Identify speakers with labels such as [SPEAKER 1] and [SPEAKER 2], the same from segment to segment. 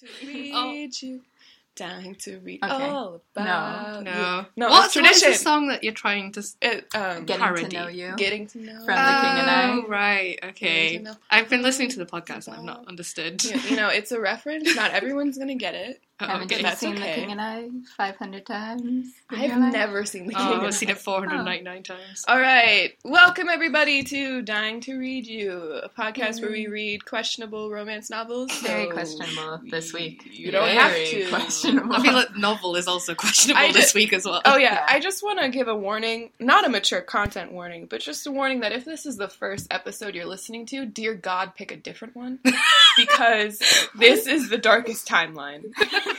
[SPEAKER 1] to read
[SPEAKER 2] Oh.
[SPEAKER 1] you. Dying to read
[SPEAKER 2] Okay.
[SPEAKER 1] all about you.
[SPEAKER 2] No.
[SPEAKER 1] No, it's
[SPEAKER 2] What's, what's the
[SPEAKER 1] tradition.
[SPEAKER 2] song that you're trying to s-
[SPEAKER 1] It, um, getting,
[SPEAKER 2] Get- Getting to parody?
[SPEAKER 3] know you.
[SPEAKER 1] to know.
[SPEAKER 3] From the King and I.
[SPEAKER 2] Oh, right. Okay.
[SPEAKER 1] Getting to know.
[SPEAKER 2] I've been listening to the podcast and I've not understood.
[SPEAKER 1] You, you know, it's a reference. Not everyone's gonna get it.
[SPEAKER 2] Oh,
[SPEAKER 3] Haven't
[SPEAKER 2] okay.
[SPEAKER 3] you
[SPEAKER 1] That's
[SPEAKER 3] seen
[SPEAKER 1] okay.
[SPEAKER 3] The King and I 500 times? in your
[SPEAKER 1] I've
[SPEAKER 3] life?
[SPEAKER 1] never seen the King.
[SPEAKER 2] Oh,
[SPEAKER 1] and I.
[SPEAKER 2] I've seen it 499 times.
[SPEAKER 1] All right. Welcome, everybody, to Dying to Read You, a podcast where we read questionable romance novels.
[SPEAKER 3] Very
[SPEAKER 1] So
[SPEAKER 3] questionable this week.
[SPEAKER 1] You don't have to.
[SPEAKER 3] questionable.
[SPEAKER 2] I feel like novel is also questionable
[SPEAKER 1] I did-
[SPEAKER 2] this week as well.
[SPEAKER 1] Oh, yeah.
[SPEAKER 3] Yeah.
[SPEAKER 1] I just want to give a warning not a mature content warning, but just a warning that if this is the first episode you're listening to, dear God, pick a different one because this is the darkest timeline.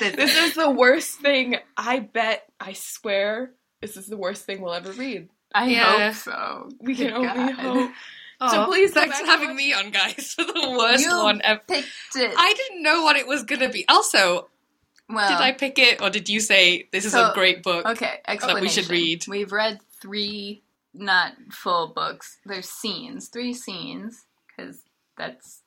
[SPEAKER 1] This is the worst thing I bet, I swear, this is the worst thing we'll ever read.
[SPEAKER 3] I
[SPEAKER 2] Yeah.
[SPEAKER 3] hope so.
[SPEAKER 1] We can
[SPEAKER 3] Good
[SPEAKER 1] only
[SPEAKER 3] God.
[SPEAKER 1] hope.
[SPEAKER 2] Oh,
[SPEAKER 1] so please go
[SPEAKER 2] thanks
[SPEAKER 1] back and
[SPEAKER 2] for having
[SPEAKER 1] watch-
[SPEAKER 2] me on, guys, for the worst
[SPEAKER 3] You-
[SPEAKER 2] one ever.
[SPEAKER 3] Picked it.
[SPEAKER 2] I didn't know what it was going to be. Also,
[SPEAKER 1] Uh.
[SPEAKER 3] well,
[SPEAKER 2] did I pick it or did you say this is
[SPEAKER 3] So-
[SPEAKER 2] a great book?
[SPEAKER 3] Okay, explanation.
[SPEAKER 2] that we should read.
[SPEAKER 3] We've read three, not full books. There's scenes, three scenes, because that's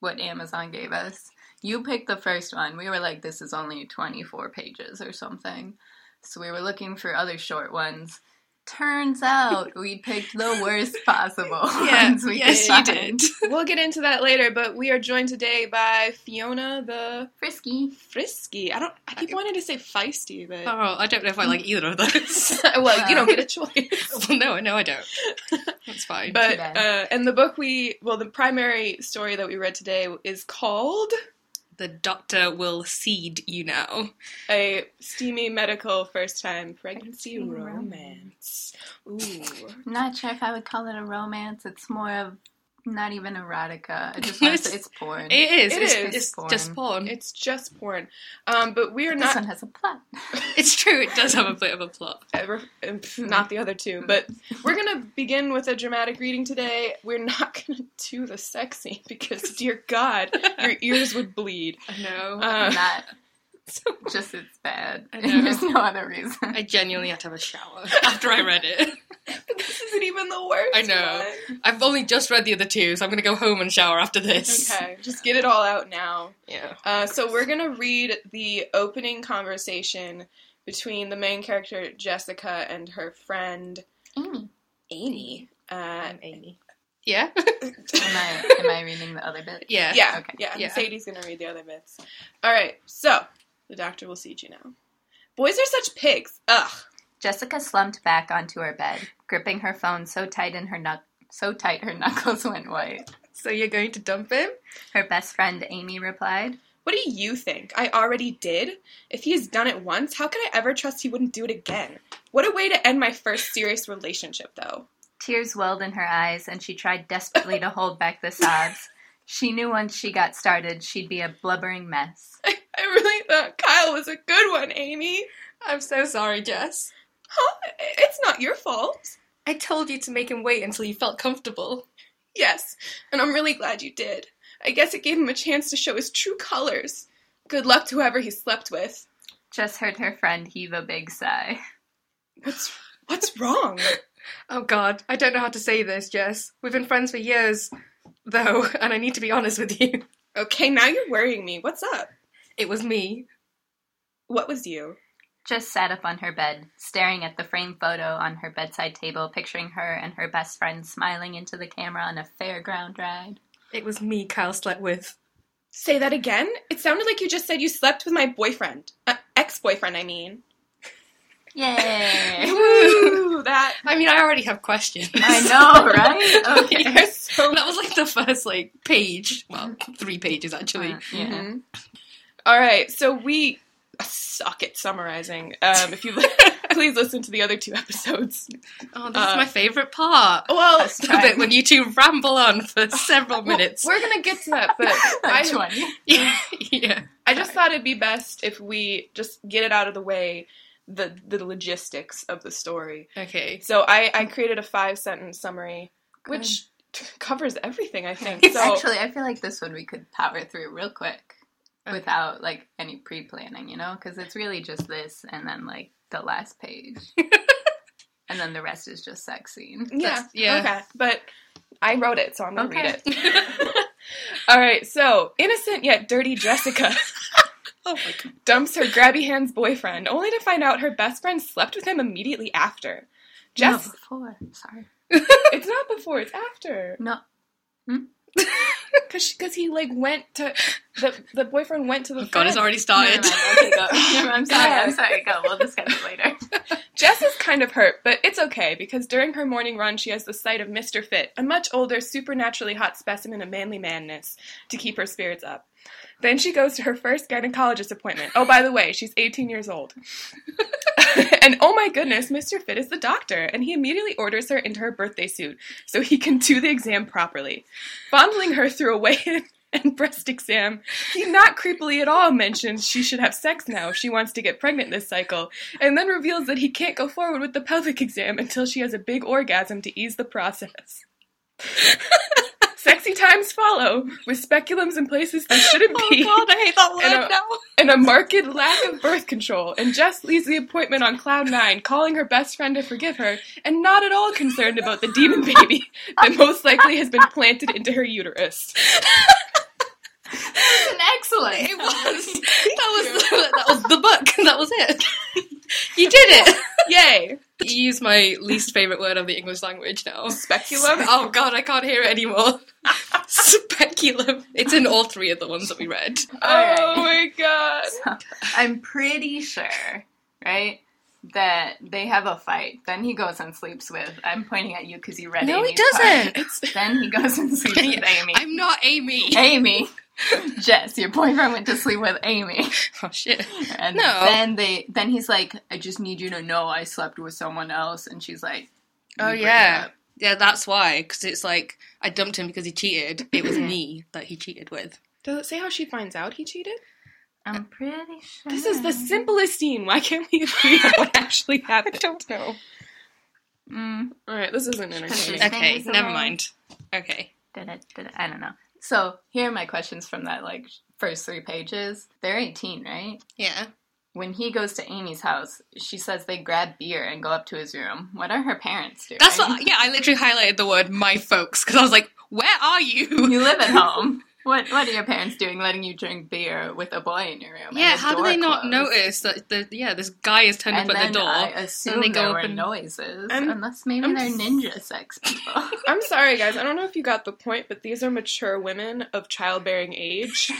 [SPEAKER 3] what Amazon gave us. You picked the first one. We were like, this is only 24 pages or something. So we were looking for other short ones. Turns out we picked the worst possible
[SPEAKER 2] Yeah,
[SPEAKER 3] ones we
[SPEAKER 2] yes,
[SPEAKER 3] could
[SPEAKER 2] you
[SPEAKER 3] find.
[SPEAKER 2] did.
[SPEAKER 1] We'll get into that later, but we are joined today by Fiona the
[SPEAKER 3] Frisky.
[SPEAKER 1] Frisky. I don't. I keep wanting to say feisty, but
[SPEAKER 2] Oh, I don't know if I like either of those.
[SPEAKER 1] Oh. well, you don't get a choice.
[SPEAKER 2] well, no, no, I don't. That's fine.
[SPEAKER 1] But
[SPEAKER 3] bad.
[SPEAKER 1] uh, and the book we well, the primary story that we read today is called
[SPEAKER 2] the doctor will seed you now.
[SPEAKER 1] a steamy medical first time pregnancy
[SPEAKER 3] Pregnancy
[SPEAKER 1] romance. Ooh,
[SPEAKER 3] Not sure if I would call it a romance. It's more of not even erotica. I just want to say it's porn.
[SPEAKER 2] It is.
[SPEAKER 1] It
[SPEAKER 2] it's,
[SPEAKER 1] is.
[SPEAKER 2] It's
[SPEAKER 3] Porn.
[SPEAKER 2] just porn.
[SPEAKER 1] it's just porn. Um, but we are
[SPEAKER 3] this
[SPEAKER 1] not
[SPEAKER 3] one has a plot.
[SPEAKER 2] it's true. It does have a bit of a plot.
[SPEAKER 1] ever pff, not the other two, but we're gonna begin with a dramatic reading today. We're not gonna do the sex scene because, dear God, your ears would bleed.
[SPEAKER 2] I know.
[SPEAKER 1] Uh,
[SPEAKER 3] not
[SPEAKER 2] So-
[SPEAKER 3] just it's bad.
[SPEAKER 2] I know.
[SPEAKER 3] There's no other reason.
[SPEAKER 2] I genuinely had to have a shower after I read it.
[SPEAKER 1] this isn't even the worst.
[SPEAKER 2] I know.
[SPEAKER 1] one.
[SPEAKER 2] I've only just read the other two, so I'm gonna go home and shower after this.
[SPEAKER 1] Okay, just get it all out now.
[SPEAKER 2] Yeah.
[SPEAKER 1] Uh, so we're gonna read the opening conversation between the main character Jessica and her friend
[SPEAKER 3] Amy,
[SPEAKER 1] Amy. Uh,
[SPEAKER 2] Amy. Yeah.
[SPEAKER 3] am I am I reading the other bit?
[SPEAKER 2] Yeah.
[SPEAKER 1] yeah,
[SPEAKER 3] Okay.
[SPEAKER 1] yeah,
[SPEAKER 2] Yeah.
[SPEAKER 1] Sadie's gonna read the other bits. All right, so the doctor will see you now. Boys are such pigs. Ugh.
[SPEAKER 3] Jessica slumped back onto her bed, gripping her phone so tight in her knuck so tight her knuckles went white.
[SPEAKER 2] So you're going to dump him?
[SPEAKER 3] Her best friend Amy replied,
[SPEAKER 1] What do you think? I already did. If he has done it once, how could I ever trust he wouldn't do it again? What a way to end my first serious relationship, though.
[SPEAKER 3] Tears welled in her eyes, and she tried desperately to hold back the sobs. She knew once she got started, she'd be a blubbering mess.
[SPEAKER 1] I really thought Kyle was a good one, Amy.
[SPEAKER 2] I'm so sorry, Jess.
[SPEAKER 1] Huh? It's not your fault.
[SPEAKER 2] I told you to make him wait until you felt comfortable.
[SPEAKER 1] Yes, and I'm really glad you did. I guess it gave him a chance to show his true colors. Good luck to whoever he slept with.
[SPEAKER 3] Just heard her friend heave a big sigh.
[SPEAKER 1] What's what's wrong?
[SPEAKER 2] Oh god, I don't know how to say this, Jess. We've been friends for years, though, and I need to be honest with you.
[SPEAKER 1] okay, now you're worrying me. What's up?
[SPEAKER 2] It was me.
[SPEAKER 1] What was you?
[SPEAKER 3] just sat up on her bed, staring at the framed photo on her bedside table, picturing her and her best friend smiling into the camera on a fairground ride.
[SPEAKER 2] It was me Kyle slept with.
[SPEAKER 1] Say that again? It sounded like you just said you slept with my boyfriend. Uh, ex-boyfriend, I mean.
[SPEAKER 3] Yay!
[SPEAKER 1] Woo! That
[SPEAKER 2] I mean, I already have questions.
[SPEAKER 3] I know, right? Okay.
[SPEAKER 1] you're so
[SPEAKER 2] that was like the first like page. Well, three pages actually.
[SPEAKER 3] Uh, Yeah.
[SPEAKER 1] Mhm. All right, so we suck at summarizing. Um, if you please listen to the other two episodes.
[SPEAKER 2] Oh, this
[SPEAKER 1] Uh,
[SPEAKER 2] is my favorite part.
[SPEAKER 1] Well,
[SPEAKER 3] That's
[SPEAKER 2] The bit when you two ramble on for several minutes.
[SPEAKER 1] we're gonna get to that, but
[SPEAKER 3] I,
[SPEAKER 1] I,
[SPEAKER 2] yeah, yeah.
[SPEAKER 1] I just thought it'd be best if we just get it out of the way, the the logistics of the story.
[SPEAKER 2] Okay.
[SPEAKER 1] So I, I created a five sentence summary, which covers everything. I think.
[SPEAKER 2] It's
[SPEAKER 1] So
[SPEAKER 3] Actually, I feel like this one we could power through real quick
[SPEAKER 2] Okay.
[SPEAKER 3] without like any pre-planning, you know, because it's really just this and then like the last page, and then the rest is just sex scene.
[SPEAKER 1] yeah,
[SPEAKER 2] yeah.
[SPEAKER 1] okay. But I wrote it, so I'm gonna
[SPEAKER 2] Oh,
[SPEAKER 3] Okay.
[SPEAKER 1] read it. All right, so innocent yet dirty Jessica
[SPEAKER 2] Oh my god.
[SPEAKER 1] dumps her grabby hands boyfriend only to find out her best friend slept with him immediately after. Jess,
[SPEAKER 3] No, before. Sorry.
[SPEAKER 1] it's not before, it's after.
[SPEAKER 3] No.
[SPEAKER 1] Cause, she, Cause he like went to the the boyfriend went to the
[SPEAKER 2] God, it's
[SPEAKER 1] friend.
[SPEAKER 2] already started.
[SPEAKER 3] Never mind. Okay, go. Never mind. I'm sorry. I'm
[SPEAKER 1] God.
[SPEAKER 3] sorry. Go. We'll discuss it later.
[SPEAKER 1] Jess is kind of hurt, but it's okay because during her morning run, she has the sight of Mr. Fit, a much older, supernaturally hot specimen of manly manness, to keep her spirits up. Then she goes to her first gynecologist appointment. Oh, by the way, she's 18 years old. and oh my goodness, Mr. Fit is the doctor, and he immediately orders her into her birthday suit so he can do the exam properly. Fondling her through a weigh-in and breast exam, he not creepily at all mentions she should have sex now if she wants to get pregnant this cycle, and then reveals that he can't go forward with the pelvic exam until she has a big orgasm to ease the process. Sexy times follow, with speculums in places they shouldn't
[SPEAKER 2] Oh
[SPEAKER 1] be
[SPEAKER 2] god, I hate that
[SPEAKER 1] And
[SPEAKER 2] word
[SPEAKER 1] a-
[SPEAKER 2] now.
[SPEAKER 1] and a marked lack of birth control, and Jess leaves the appointment on cloud nine, calling her best friend to forgive her, and not at all concerned about the demon baby that most likely has been planted into her uterus.
[SPEAKER 3] It's an excellent.
[SPEAKER 2] It was. That was that was the book. That was it. You did it.
[SPEAKER 1] Yay!
[SPEAKER 2] You use my least favorite word of the English language now.
[SPEAKER 1] Speculum.
[SPEAKER 2] Oh god, I can't hear it anymore. Speculum. It's in all three of the ones that we read.
[SPEAKER 1] Oh my god!
[SPEAKER 3] I'm pretty sure, right, that they have a fight. Then he goes and sleeps with. I'm pointing at you because you read.
[SPEAKER 2] No, he
[SPEAKER 3] Amy's part.
[SPEAKER 2] doesn't. It's
[SPEAKER 3] Then he goes and sleeps with Amy. Oh,
[SPEAKER 2] I'm not Amy.
[SPEAKER 3] Amy, Jess, your boyfriend went to sleep with Amy,
[SPEAKER 2] Oh shit.
[SPEAKER 3] and
[SPEAKER 2] No.
[SPEAKER 3] then they, then he's like, "I just need you to know I slept with someone else," and she's like, "You
[SPEAKER 2] Oh
[SPEAKER 3] bring
[SPEAKER 2] yeah.
[SPEAKER 3] up."
[SPEAKER 2] Yeah, that's why. Because it's like I dumped him because he cheated. It
[SPEAKER 3] Mm-hmm.
[SPEAKER 2] was me that he cheated with.
[SPEAKER 1] Does it say how she finds out he cheated?
[SPEAKER 3] I'm pretty sure
[SPEAKER 1] This is the simplest scene. Why can't we agree on what actually happened? I don't know.
[SPEAKER 3] Mm,
[SPEAKER 1] All right, this isn't entertaining.
[SPEAKER 3] Thank
[SPEAKER 2] Okay,
[SPEAKER 3] you.
[SPEAKER 2] never mind. Okay.
[SPEAKER 3] did it, did it, I don't know. So here are my questions from that like first three pages. They're 18, right?
[SPEAKER 2] Yeah.
[SPEAKER 3] When he goes to Amy's house, she says they grab beer and go up to his room. What are her parents doing?
[SPEAKER 2] That's what. Yeah, I literally highlighted the word "my folks" because I was like, "Where are you?"
[SPEAKER 3] you live at home. What What are your parents doing, letting you drink beer with a boy in your room? and
[SPEAKER 2] Yeah,
[SPEAKER 3] the
[SPEAKER 2] how do
[SPEAKER 3] door
[SPEAKER 2] they not
[SPEAKER 3] closed?
[SPEAKER 2] notice that? The, yeah, this guy has turned
[SPEAKER 3] And
[SPEAKER 2] up at
[SPEAKER 3] then
[SPEAKER 2] the door.
[SPEAKER 3] I assume
[SPEAKER 2] and they go
[SPEAKER 3] there
[SPEAKER 2] up
[SPEAKER 3] were
[SPEAKER 2] and-
[SPEAKER 3] noises,
[SPEAKER 1] I'm-
[SPEAKER 3] unless maybe
[SPEAKER 1] I'm
[SPEAKER 3] they're
[SPEAKER 1] s-
[SPEAKER 3] ninja sex people.
[SPEAKER 1] I'm sorry, guys. I don't know if you got the point, but these are mature women of childbearing age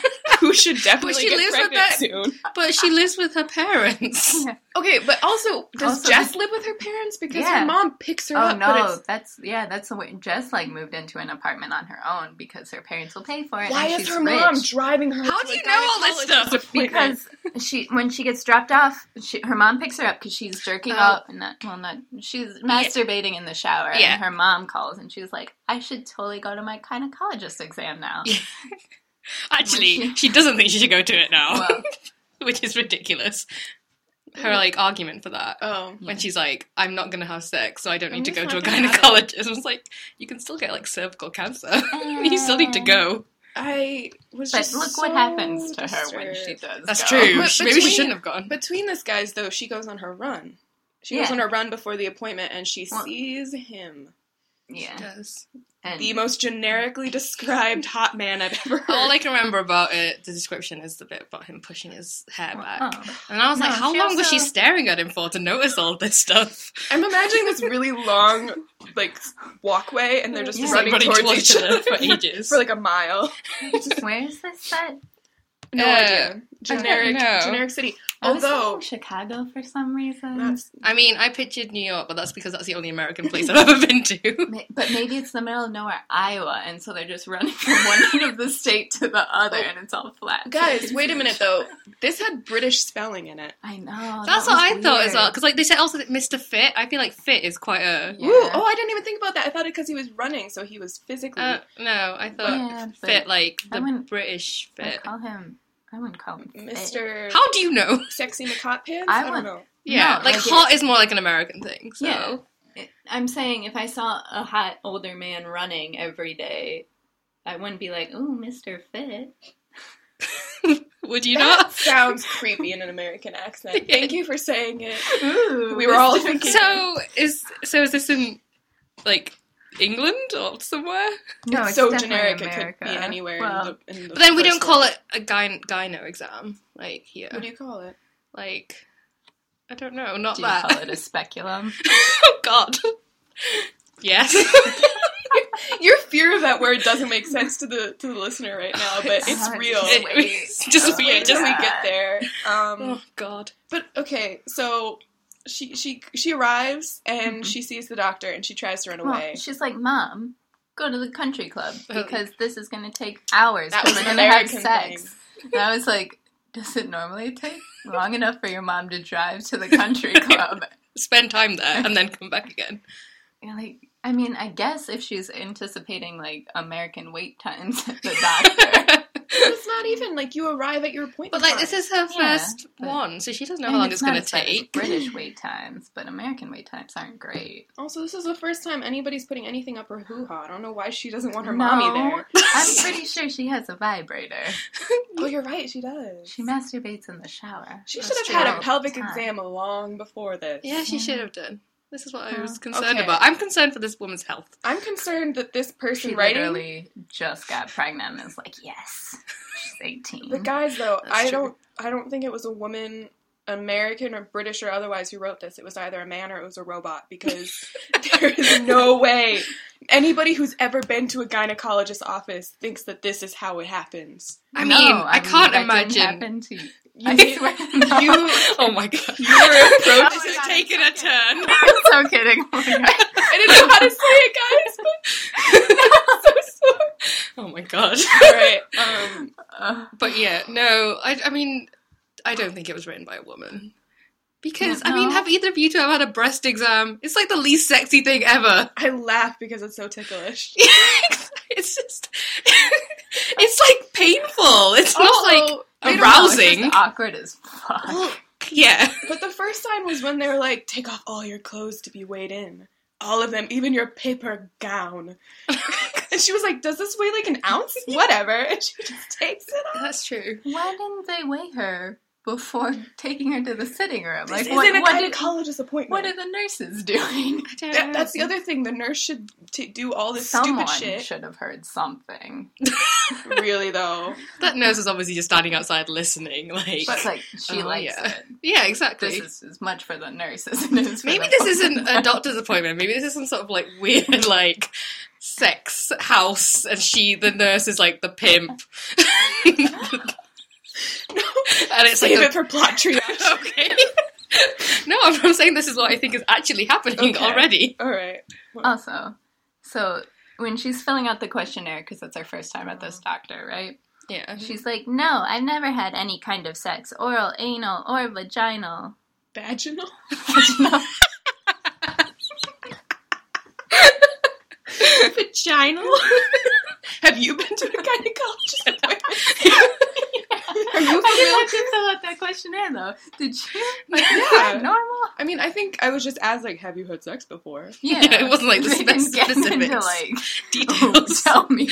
[SPEAKER 1] who should definitely
[SPEAKER 2] she
[SPEAKER 1] get
[SPEAKER 2] lives with
[SPEAKER 1] pregnant
[SPEAKER 2] that-
[SPEAKER 1] soon.
[SPEAKER 2] But she lives with her parents.
[SPEAKER 1] Okay, but also, does
[SPEAKER 3] Also,
[SPEAKER 1] Jess live with her parents? Because
[SPEAKER 3] Yeah.
[SPEAKER 1] her mom picks her
[SPEAKER 3] oh
[SPEAKER 1] up, but
[SPEAKER 3] no,
[SPEAKER 1] it's
[SPEAKER 3] that's yeah, that's the way Jess like moved into an apartment on her own because her parents will pay for it.
[SPEAKER 1] why
[SPEAKER 3] and
[SPEAKER 1] is
[SPEAKER 3] she's
[SPEAKER 1] her
[SPEAKER 3] rich.
[SPEAKER 1] mom driving her?
[SPEAKER 2] How
[SPEAKER 1] to
[SPEAKER 2] do
[SPEAKER 1] a
[SPEAKER 2] you know all this
[SPEAKER 1] gynecologist
[SPEAKER 2] stuff?
[SPEAKER 1] appointment?
[SPEAKER 3] because she when she gets dropped off, she, her mom picks her up because she's jerking
[SPEAKER 2] Oh.
[SPEAKER 3] off. Not, well, not she's masturbating in the shower,
[SPEAKER 2] Yeah.
[SPEAKER 3] and her mom calls and she's like, "I should totally go to my gynecologist exam now."
[SPEAKER 2] Yeah. Actually, she doesn't think she should go to it now,
[SPEAKER 3] Well,
[SPEAKER 2] which is ridiculous. Her like argument for that
[SPEAKER 1] oh,
[SPEAKER 2] when she's like, "I'm not gonna have sex, so I don't
[SPEAKER 1] I'm
[SPEAKER 2] need to
[SPEAKER 1] just
[SPEAKER 2] go to a
[SPEAKER 1] not gonna have it."
[SPEAKER 2] gynecologist." I was like, "You can still get like cervical cancer. you still need to go."
[SPEAKER 1] I was
[SPEAKER 3] but
[SPEAKER 1] just.
[SPEAKER 3] look
[SPEAKER 1] so
[SPEAKER 3] what happens to her when she
[SPEAKER 1] disturbed.
[SPEAKER 3] does.
[SPEAKER 2] That's
[SPEAKER 3] go.
[SPEAKER 2] true.
[SPEAKER 1] But
[SPEAKER 2] She- Maybe she
[SPEAKER 1] between-
[SPEAKER 2] shouldn't have gone.
[SPEAKER 1] Between this guys, though, she goes on her run. She goes
[SPEAKER 3] Yeah.
[SPEAKER 1] on her run before the appointment, and she
[SPEAKER 3] Well-
[SPEAKER 1] sees him.
[SPEAKER 2] She
[SPEAKER 3] Yeah,
[SPEAKER 2] does.
[SPEAKER 3] and
[SPEAKER 1] The most generically described hot man I've ever heard.
[SPEAKER 2] All I can remember about it, the description is the bit about him pushing his hair back.
[SPEAKER 3] Oh.
[SPEAKER 2] And I was like,
[SPEAKER 3] No,
[SPEAKER 2] how
[SPEAKER 3] she
[SPEAKER 2] long was she
[SPEAKER 3] also-
[SPEAKER 2] staring at him for to notice all this stuff?
[SPEAKER 1] I'm imagining this really long, like walkway, and they're just
[SPEAKER 3] Yeah.
[SPEAKER 2] Just,
[SPEAKER 1] running,
[SPEAKER 2] like, running
[SPEAKER 1] towards, each other
[SPEAKER 2] for ages.
[SPEAKER 1] for like a mile.
[SPEAKER 3] where's this set?
[SPEAKER 1] No
[SPEAKER 2] Uh,
[SPEAKER 1] idea. Generic,
[SPEAKER 2] know.
[SPEAKER 1] generic city.
[SPEAKER 3] I was
[SPEAKER 1] Although
[SPEAKER 3] thinking Chicago for some reason,
[SPEAKER 1] that's
[SPEAKER 2] I mean, I pictured New York, but that's because that's the only American place I've ever been to.
[SPEAKER 3] Ma- But maybe it's the middle of nowhere, Iowa, and so they're just running from one end of the state to the other, and it's all flat.
[SPEAKER 1] guys, wait a minute though. This had British spelling in it.
[SPEAKER 3] I know.
[SPEAKER 2] That's
[SPEAKER 3] that
[SPEAKER 2] what I
[SPEAKER 3] was
[SPEAKER 2] thought as
[SPEAKER 3] weird.
[SPEAKER 2] well, because like they said also that Mr. Fit, I feel like Fit is quite a.
[SPEAKER 3] Yeah.
[SPEAKER 1] Ooh, oh, I didn't even think about that. I thought it because he was running, so he was physically.
[SPEAKER 2] Uh, no, I thought
[SPEAKER 3] Yeah, but
[SPEAKER 2] Fit like
[SPEAKER 3] I
[SPEAKER 2] the
[SPEAKER 3] wouldn't-
[SPEAKER 2] British
[SPEAKER 3] I
[SPEAKER 2] Fit.
[SPEAKER 3] call him. I wouldn't call him fit.
[SPEAKER 1] Mr.
[SPEAKER 2] How do you know?
[SPEAKER 1] Sexy McCot Pants? I,
[SPEAKER 3] I
[SPEAKER 1] don't
[SPEAKER 3] want-
[SPEAKER 1] know.
[SPEAKER 2] Yeah,
[SPEAKER 3] No,
[SPEAKER 2] like
[SPEAKER 3] like,
[SPEAKER 2] hot is more like an American thing. So.
[SPEAKER 3] Yeah. I'm saying if I saw a hot older man running every day, I wouldn't be like, "Ooh, Mister Fit."
[SPEAKER 2] Would you
[SPEAKER 1] that
[SPEAKER 2] not?
[SPEAKER 1] sounds creepy in an American accent.
[SPEAKER 2] Yeah.
[SPEAKER 1] Thank you for saying it.
[SPEAKER 3] Ooh,
[SPEAKER 1] We were all
[SPEAKER 3] Mr.
[SPEAKER 2] "Oh,
[SPEAKER 1] thinking-
[SPEAKER 3] Fit."
[SPEAKER 2] So is so is this in like England or somewhere.
[SPEAKER 3] No,
[SPEAKER 1] It's
[SPEAKER 3] it's
[SPEAKER 1] so
[SPEAKER 3] definitely
[SPEAKER 1] generic it could be
[SPEAKER 3] America.
[SPEAKER 1] anywhere.
[SPEAKER 3] Well,
[SPEAKER 1] in the, in the
[SPEAKER 2] But then we don't
[SPEAKER 1] first
[SPEAKER 2] call
[SPEAKER 1] world.
[SPEAKER 2] it a gyn- gyno exam, like here.
[SPEAKER 1] What do you call it?
[SPEAKER 2] Like, I don't know, not
[SPEAKER 3] Do you
[SPEAKER 2] that.
[SPEAKER 3] call it a speculum?
[SPEAKER 2] oh God. yes.
[SPEAKER 1] Your fear of that word doesn't make sense to the to the listener right now, but it's
[SPEAKER 3] God,
[SPEAKER 1] real.
[SPEAKER 3] just wait.
[SPEAKER 2] It's just
[SPEAKER 3] Oh my
[SPEAKER 2] weird.
[SPEAKER 1] It doesn't
[SPEAKER 2] Just
[SPEAKER 3] God.
[SPEAKER 1] get there. Um,
[SPEAKER 2] oh God.
[SPEAKER 1] But okay, so she she she arrives and
[SPEAKER 3] Mhm.
[SPEAKER 1] she sees the doctor and she tries to run
[SPEAKER 3] Well,
[SPEAKER 1] away.
[SPEAKER 3] she's like, Mom, go to the country club
[SPEAKER 2] Oh.
[SPEAKER 3] because this is going to take hours.
[SPEAKER 1] That
[SPEAKER 3] 'cause
[SPEAKER 1] was
[SPEAKER 3] we're
[SPEAKER 1] an
[SPEAKER 3] gonna have
[SPEAKER 1] American
[SPEAKER 3] sex. And I was like, Does it normally take long enough for your mom to drive to the country club?
[SPEAKER 2] Spend time there and then come back again.
[SPEAKER 3] You're like, I mean, I guess if she's anticipating like American wait times at the doctor.
[SPEAKER 1] it's not even like you arrive at your appointment.
[SPEAKER 2] But like, this is her
[SPEAKER 3] Yeah,
[SPEAKER 2] first
[SPEAKER 3] but-
[SPEAKER 2] one, so she doesn't know
[SPEAKER 3] I
[SPEAKER 2] how
[SPEAKER 3] mean,
[SPEAKER 2] long it's
[SPEAKER 3] not
[SPEAKER 2] going to
[SPEAKER 3] as bad as
[SPEAKER 2] take.
[SPEAKER 3] British wait times, but American wait times aren't great.
[SPEAKER 1] also this is the first time anybody's putting anything up her hoo ha. I don't know why she doesn't want her
[SPEAKER 3] No.
[SPEAKER 1] mommy there.
[SPEAKER 3] I'm pretty sure she has a vibrator.
[SPEAKER 1] Oh, you're right, she does.
[SPEAKER 3] She masturbates in the shower.
[SPEAKER 1] She should
[SPEAKER 2] That's
[SPEAKER 1] have had a
[SPEAKER 3] true.
[SPEAKER 1] pelvic
[SPEAKER 3] Time.
[SPEAKER 1] exam long before this.
[SPEAKER 2] Yeah, she
[SPEAKER 3] Yeah.
[SPEAKER 2] should have done. This is what I was
[SPEAKER 3] Oh,
[SPEAKER 2] concerned
[SPEAKER 1] okay.
[SPEAKER 2] about. I'm concerned for this woman's health.
[SPEAKER 1] I'm concerned that this person
[SPEAKER 3] She
[SPEAKER 1] writing
[SPEAKER 3] literally just got pregnant and is like, yes, she's 18.
[SPEAKER 1] the guys though,
[SPEAKER 2] That's
[SPEAKER 1] I
[SPEAKER 2] true.
[SPEAKER 1] don't I don't think it was a woman American or British or otherwise who wrote this. It was either a man or it was a robot because there is no way anybody who's ever been to a gynecologist's office thinks that this is how it happens.
[SPEAKER 2] I mean, I can't
[SPEAKER 3] that didn't
[SPEAKER 2] imagine.
[SPEAKER 3] happen to you.
[SPEAKER 1] You,
[SPEAKER 3] I swear. No.
[SPEAKER 1] you,
[SPEAKER 2] Oh my God.
[SPEAKER 1] you were
[SPEAKER 3] Oh
[SPEAKER 1] approached.
[SPEAKER 2] this
[SPEAKER 3] my
[SPEAKER 2] is
[SPEAKER 3] God,
[SPEAKER 2] taking a
[SPEAKER 3] it's
[SPEAKER 2] turn.
[SPEAKER 3] I'm so kidding. Oh my God.
[SPEAKER 1] I didn't know how to say it, guys. But I'm so sorry.
[SPEAKER 2] Oh my God.
[SPEAKER 1] All right. Um,
[SPEAKER 3] Uh,
[SPEAKER 2] But yeah, no, I, I mean, I don't think it was written by a woman. Because, I mean,
[SPEAKER 3] No.
[SPEAKER 2] have either of you two ever had a breast exam? It's like the least sexy thing ever.
[SPEAKER 1] I laugh because it's so ticklish.
[SPEAKER 2] it's just, it's like painful. It's
[SPEAKER 3] Oh,
[SPEAKER 2] not
[SPEAKER 1] Also,
[SPEAKER 2] like
[SPEAKER 1] they don't
[SPEAKER 3] no, it's just
[SPEAKER 2] arousing.
[SPEAKER 3] awkward as fuck.
[SPEAKER 2] Yeah.
[SPEAKER 1] But the first time was when they were like, take off all your clothes to be weighed in. All of them, even your paper gown. and she was like, does this weigh like an ounce? Whatever. And she just takes it off.
[SPEAKER 2] That's true.
[SPEAKER 3] Why didn't they weigh her before taking her to the sitting room?
[SPEAKER 1] This
[SPEAKER 3] Like,
[SPEAKER 1] isn't
[SPEAKER 3] what,
[SPEAKER 1] a
[SPEAKER 3] what, did,
[SPEAKER 1] gynecologist appointment.
[SPEAKER 3] what are the nurses doing?
[SPEAKER 2] I don't
[SPEAKER 1] That- that's the other thing. The nurse should t- do all this
[SPEAKER 3] Someone
[SPEAKER 1] stupid shit.
[SPEAKER 3] should have heard something.
[SPEAKER 1] really, though.
[SPEAKER 2] That nurse is obviously just standing outside listening. Like,
[SPEAKER 3] But like, she
[SPEAKER 2] Oh,
[SPEAKER 3] likes
[SPEAKER 2] yeah.
[SPEAKER 3] it.
[SPEAKER 2] yeah, exactly.
[SPEAKER 3] This is as much for the nurse as it is. For
[SPEAKER 2] Maybe
[SPEAKER 3] the
[SPEAKER 2] this
[SPEAKER 3] woman.
[SPEAKER 2] isn't a doctor's appointment. Maybe this is some sort of like weird like sex house, and she, the nurse, is like the pimp, and
[SPEAKER 1] No.
[SPEAKER 2] it's like
[SPEAKER 1] Save it
[SPEAKER 2] a,
[SPEAKER 1] for plot triage.
[SPEAKER 2] okay. no, I'm, I'm saying this is what I think is actually happening
[SPEAKER 1] Okay.
[SPEAKER 2] already.
[SPEAKER 1] all right.
[SPEAKER 3] Also, so when she's filling out the questionnaire, because that's her first time at this doctor, right?
[SPEAKER 2] Yeah,
[SPEAKER 3] She's like, "No, I've never had any kind of sex, oral, anal, or vaginal."
[SPEAKER 1] Vaginal? Vaginal? Have you been to a gynecologist appointment? Are you
[SPEAKER 3] I
[SPEAKER 1] familiar?
[SPEAKER 3] didn't have to fill out that questionnaire though. Did you? Like,
[SPEAKER 1] Yeah.
[SPEAKER 3] is that normal?
[SPEAKER 1] I mean, I think I was just asked, like, have you had sex before?
[SPEAKER 3] Yeah.
[SPEAKER 2] it wasn't, like, the
[SPEAKER 3] They didn't get into
[SPEAKER 2] specifics.
[SPEAKER 3] like oh,
[SPEAKER 2] details,
[SPEAKER 3] tell me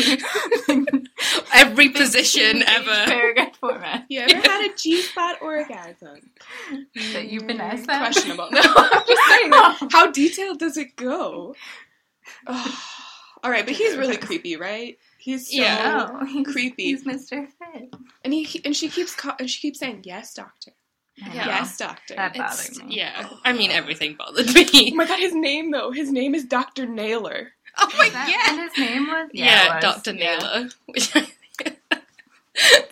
[SPEAKER 2] every position ever.
[SPEAKER 3] paragraph format
[SPEAKER 1] You
[SPEAKER 2] ever
[SPEAKER 1] had a G spot orgasm?
[SPEAKER 3] that you've been asked that.
[SPEAKER 1] Questionable. No, I'm just saying. That. How detailed does it go? Ugh. All right, but he's really creepy, right? He's so
[SPEAKER 2] Yeah.
[SPEAKER 3] No, he's,
[SPEAKER 1] creepy.
[SPEAKER 3] He's Mr. Fit.
[SPEAKER 1] and he and she keeps ca- and she keeps saying yes, doctor,
[SPEAKER 2] Yeah.
[SPEAKER 1] yes, doctor.
[SPEAKER 3] That
[SPEAKER 2] It's-
[SPEAKER 3] bothered me.
[SPEAKER 2] yeah, I mean everything bothered me.
[SPEAKER 1] Oh my god, his name though. His name is Doctor Naylor.
[SPEAKER 2] Oh my
[SPEAKER 3] Is that
[SPEAKER 2] yeah.
[SPEAKER 3] what his name was?
[SPEAKER 2] Yeah,
[SPEAKER 3] it was.
[SPEAKER 2] Dr.
[SPEAKER 3] Yeah.
[SPEAKER 2] Naylor. Which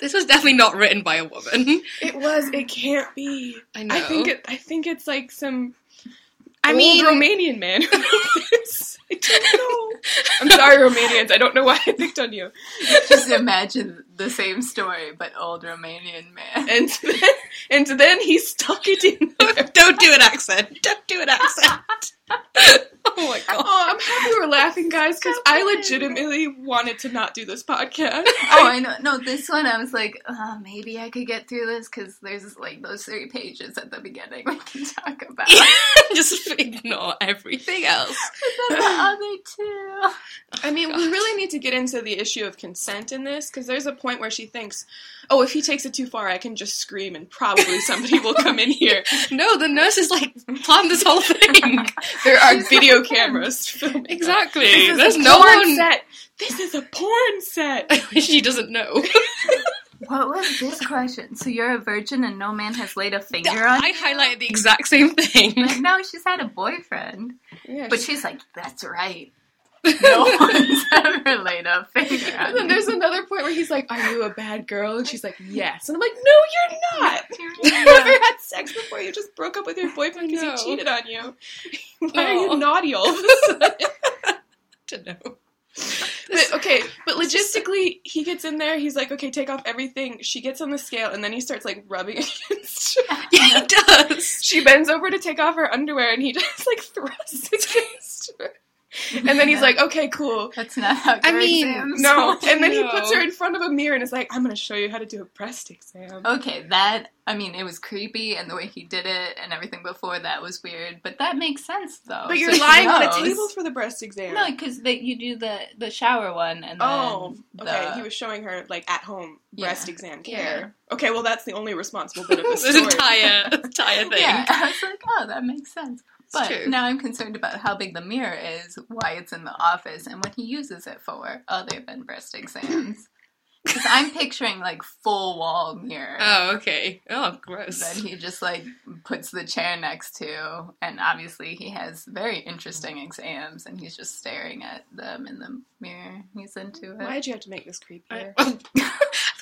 [SPEAKER 2] this was definitely not written by a woman.
[SPEAKER 1] It was. It can't be.
[SPEAKER 2] I know.
[SPEAKER 1] I think it. I think it's like some.
[SPEAKER 2] I
[SPEAKER 1] old
[SPEAKER 2] mean,
[SPEAKER 1] Romanian man. who wrote this. I don't know. I'm sorry, Romanians. I don't know why I picked on you.
[SPEAKER 3] Just imagine the same story, but old Romanian man.
[SPEAKER 1] And then, and then he stuck it in. There.
[SPEAKER 2] don't do an accent. Don't do an accent. oh my god.
[SPEAKER 1] Oh, I'm happy we're laughing, guys, because I legitimately wanted to not do this podcast.
[SPEAKER 3] Oh,
[SPEAKER 1] I,
[SPEAKER 3] I know. No, this one I was like, uh, maybe I could get through this because there's like those three pages at the beginning we can talk about.
[SPEAKER 2] Just ignore everything else.
[SPEAKER 3] But the other two.
[SPEAKER 1] I mean, we really need to get into the issue of consent in this, because there's a point where she thinks, "Oh, if he takes it too far, I can just scream, and probably somebody will come in here."
[SPEAKER 2] No, the nurse is like planned this whole thing.
[SPEAKER 1] There are video cameras filming.
[SPEAKER 2] Exactly.
[SPEAKER 1] This is
[SPEAKER 2] There's
[SPEAKER 1] a
[SPEAKER 2] no
[SPEAKER 1] porn
[SPEAKER 2] one.
[SPEAKER 1] set. This is a porn set.
[SPEAKER 2] she doesn't know.
[SPEAKER 3] What was this question? So you're a virgin and no man has laid a finger on
[SPEAKER 2] I highlighted the exact same thing.
[SPEAKER 3] you? No, she's had a boyfriend.
[SPEAKER 1] Yeah,
[SPEAKER 3] But she's like, that's right. No one's ever laid a finger
[SPEAKER 1] And then
[SPEAKER 3] on
[SPEAKER 1] there's another point where he's like, "Are you a bad girl?" And she's like, "Yes." And I'm like, "No, you're not.
[SPEAKER 3] me.
[SPEAKER 1] You never had sex before. You just broke up with your boyfriend
[SPEAKER 2] I know.
[SPEAKER 1] because he cheated on you. Why are you
[SPEAKER 2] Aw.
[SPEAKER 1] naughty all of a sudden?"
[SPEAKER 2] to know.
[SPEAKER 1] But, okay, but logistically, he gets in there. He's like, "Okay, take off everything." She gets on the scale, and then he starts like rubbing against. her.
[SPEAKER 2] Yeah, he does.
[SPEAKER 1] She bends over to take off her underwear, and he just like thrusts against her. And then he's like, "Okay, cool."
[SPEAKER 3] That's not how
[SPEAKER 2] I
[SPEAKER 3] your
[SPEAKER 2] mean,
[SPEAKER 3] exams
[SPEAKER 1] No,
[SPEAKER 3] work.
[SPEAKER 1] and then he
[SPEAKER 2] No.
[SPEAKER 1] puts her in front of a mirror and is like, "I'm gonna show you how to do a breast exam."
[SPEAKER 3] Okay, that I mean, it was creepy, and the way he did it, and everything before that was weird. But that makes sense, though.
[SPEAKER 1] But you're
[SPEAKER 3] So she
[SPEAKER 1] lying on a
[SPEAKER 3] knows.
[SPEAKER 1] table for the breast exam.
[SPEAKER 3] No, because you do the the shower one, and then
[SPEAKER 1] oh, okay.
[SPEAKER 3] the-
[SPEAKER 1] He was showing her like at home
[SPEAKER 3] Yeah.
[SPEAKER 1] breast exam care. Okay, well that's the only responsible bit of the
[SPEAKER 2] This
[SPEAKER 1] story.
[SPEAKER 2] entire entire thing.
[SPEAKER 3] yeah. I was like, oh, that makes sense.
[SPEAKER 2] It's
[SPEAKER 3] But
[SPEAKER 2] true.
[SPEAKER 3] now I'm concerned about how big the mirror is, why it's in the office, and what he uses it for, other than breast exams. Because I'm picturing like full wall mirror
[SPEAKER 2] Oh, okay. Oh,
[SPEAKER 3] that
[SPEAKER 2] gross.
[SPEAKER 3] he just like puts the chair next to, and obviously he has very interesting exams, and he's just staring at them in the mirror. He's into it.
[SPEAKER 1] Why'd you have to make this creepier?
[SPEAKER 2] I, I thought you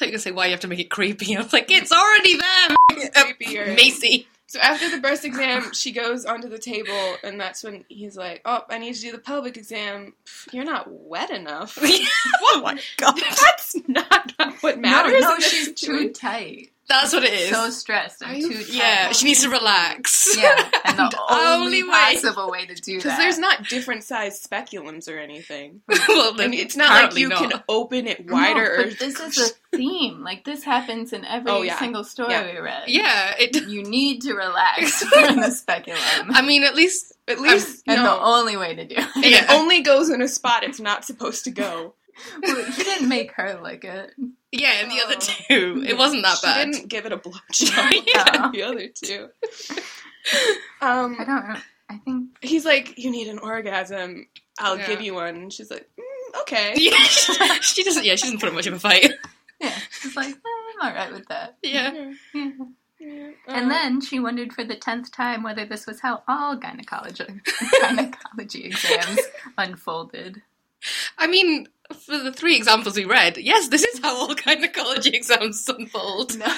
[SPEAKER 2] were gonna say why you have to make it creepy. I was like, it's already there.
[SPEAKER 1] Creepier.
[SPEAKER 2] Uh, Macy.
[SPEAKER 1] So after the breast exam, she goes onto the table, and that's when he's like, "Oh, I need to do the pelvic exam. Pff, You're not wet enough.
[SPEAKER 2] oh my god.
[SPEAKER 1] that's not what
[SPEAKER 3] No,
[SPEAKER 1] matters."
[SPEAKER 3] no,
[SPEAKER 1] in this
[SPEAKER 3] she's too
[SPEAKER 1] situation.
[SPEAKER 3] tight.
[SPEAKER 2] That's what it is.
[SPEAKER 3] So stressed
[SPEAKER 1] Are
[SPEAKER 3] and
[SPEAKER 1] you-
[SPEAKER 3] too tight.
[SPEAKER 2] yeah, she needs to relax.
[SPEAKER 3] Yeah, and the
[SPEAKER 2] only
[SPEAKER 3] only,
[SPEAKER 2] way-
[SPEAKER 3] possible way to do
[SPEAKER 1] Because
[SPEAKER 3] that.
[SPEAKER 1] there's not different sized speculums or anything.
[SPEAKER 2] well,
[SPEAKER 1] And it's not like
[SPEAKER 2] apparently
[SPEAKER 1] you
[SPEAKER 2] not.
[SPEAKER 1] can open it
[SPEAKER 3] No,
[SPEAKER 1] wider. or
[SPEAKER 3] but this is a theme. Like this happens in every
[SPEAKER 1] Oh, yeah.
[SPEAKER 3] single story
[SPEAKER 1] Yeah.
[SPEAKER 3] we read.
[SPEAKER 2] Yeah, it.
[SPEAKER 3] you need to relax from the speculum.
[SPEAKER 2] I mean, at least
[SPEAKER 1] at least
[SPEAKER 3] and the
[SPEAKER 1] no.
[SPEAKER 3] only way to do it.
[SPEAKER 1] And it
[SPEAKER 2] Yeah.
[SPEAKER 1] only goes in a spot it's not supposed to go.
[SPEAKER 3] Well, he didn't make her lick it.
[SPEAKER 2] yeah, and the other
[SPEAKER 1] Oh.
[SPEAKER 2] two, it wasn't that
[SPEAKER 1] she
[SPEAKER 2] bad.
[SPEAKER 1] didn't give it a blowjob.
[SPEAKER 2] Yeah.
[SPEAKER 1] like the other two. Um,
[SPEAKER 3] I don't. know. I think
[SPEAKER 1] he's like, "You need an orgasm. I'll
[SPEAKER 2] Yeah.
[SPEAKER 1] give you one." And she's like, mm, "Okay."
[SPEAKER 2] Yeah, she, she doesn't. Yeah, she doesn't put up much of a fight.
[SPEAKER 3] yeah. She's like, eh, I'm all right with that.
[SPEAKER 2] Yeah,
[SPEAKER 3] Yeah.
[SPEAKER 1] Yeah.
[SPEAKER 3] And
[SPEAKER 1] Uh,
[SPEAKER 3] then she wondered for the tenth time whether this was how all gynecology gynecology exams unfolded.
[SPEAKER 2] I mean, for the three examples we read, yes, this is how all gynecology exams unfold.
[SPEAKER 3] No,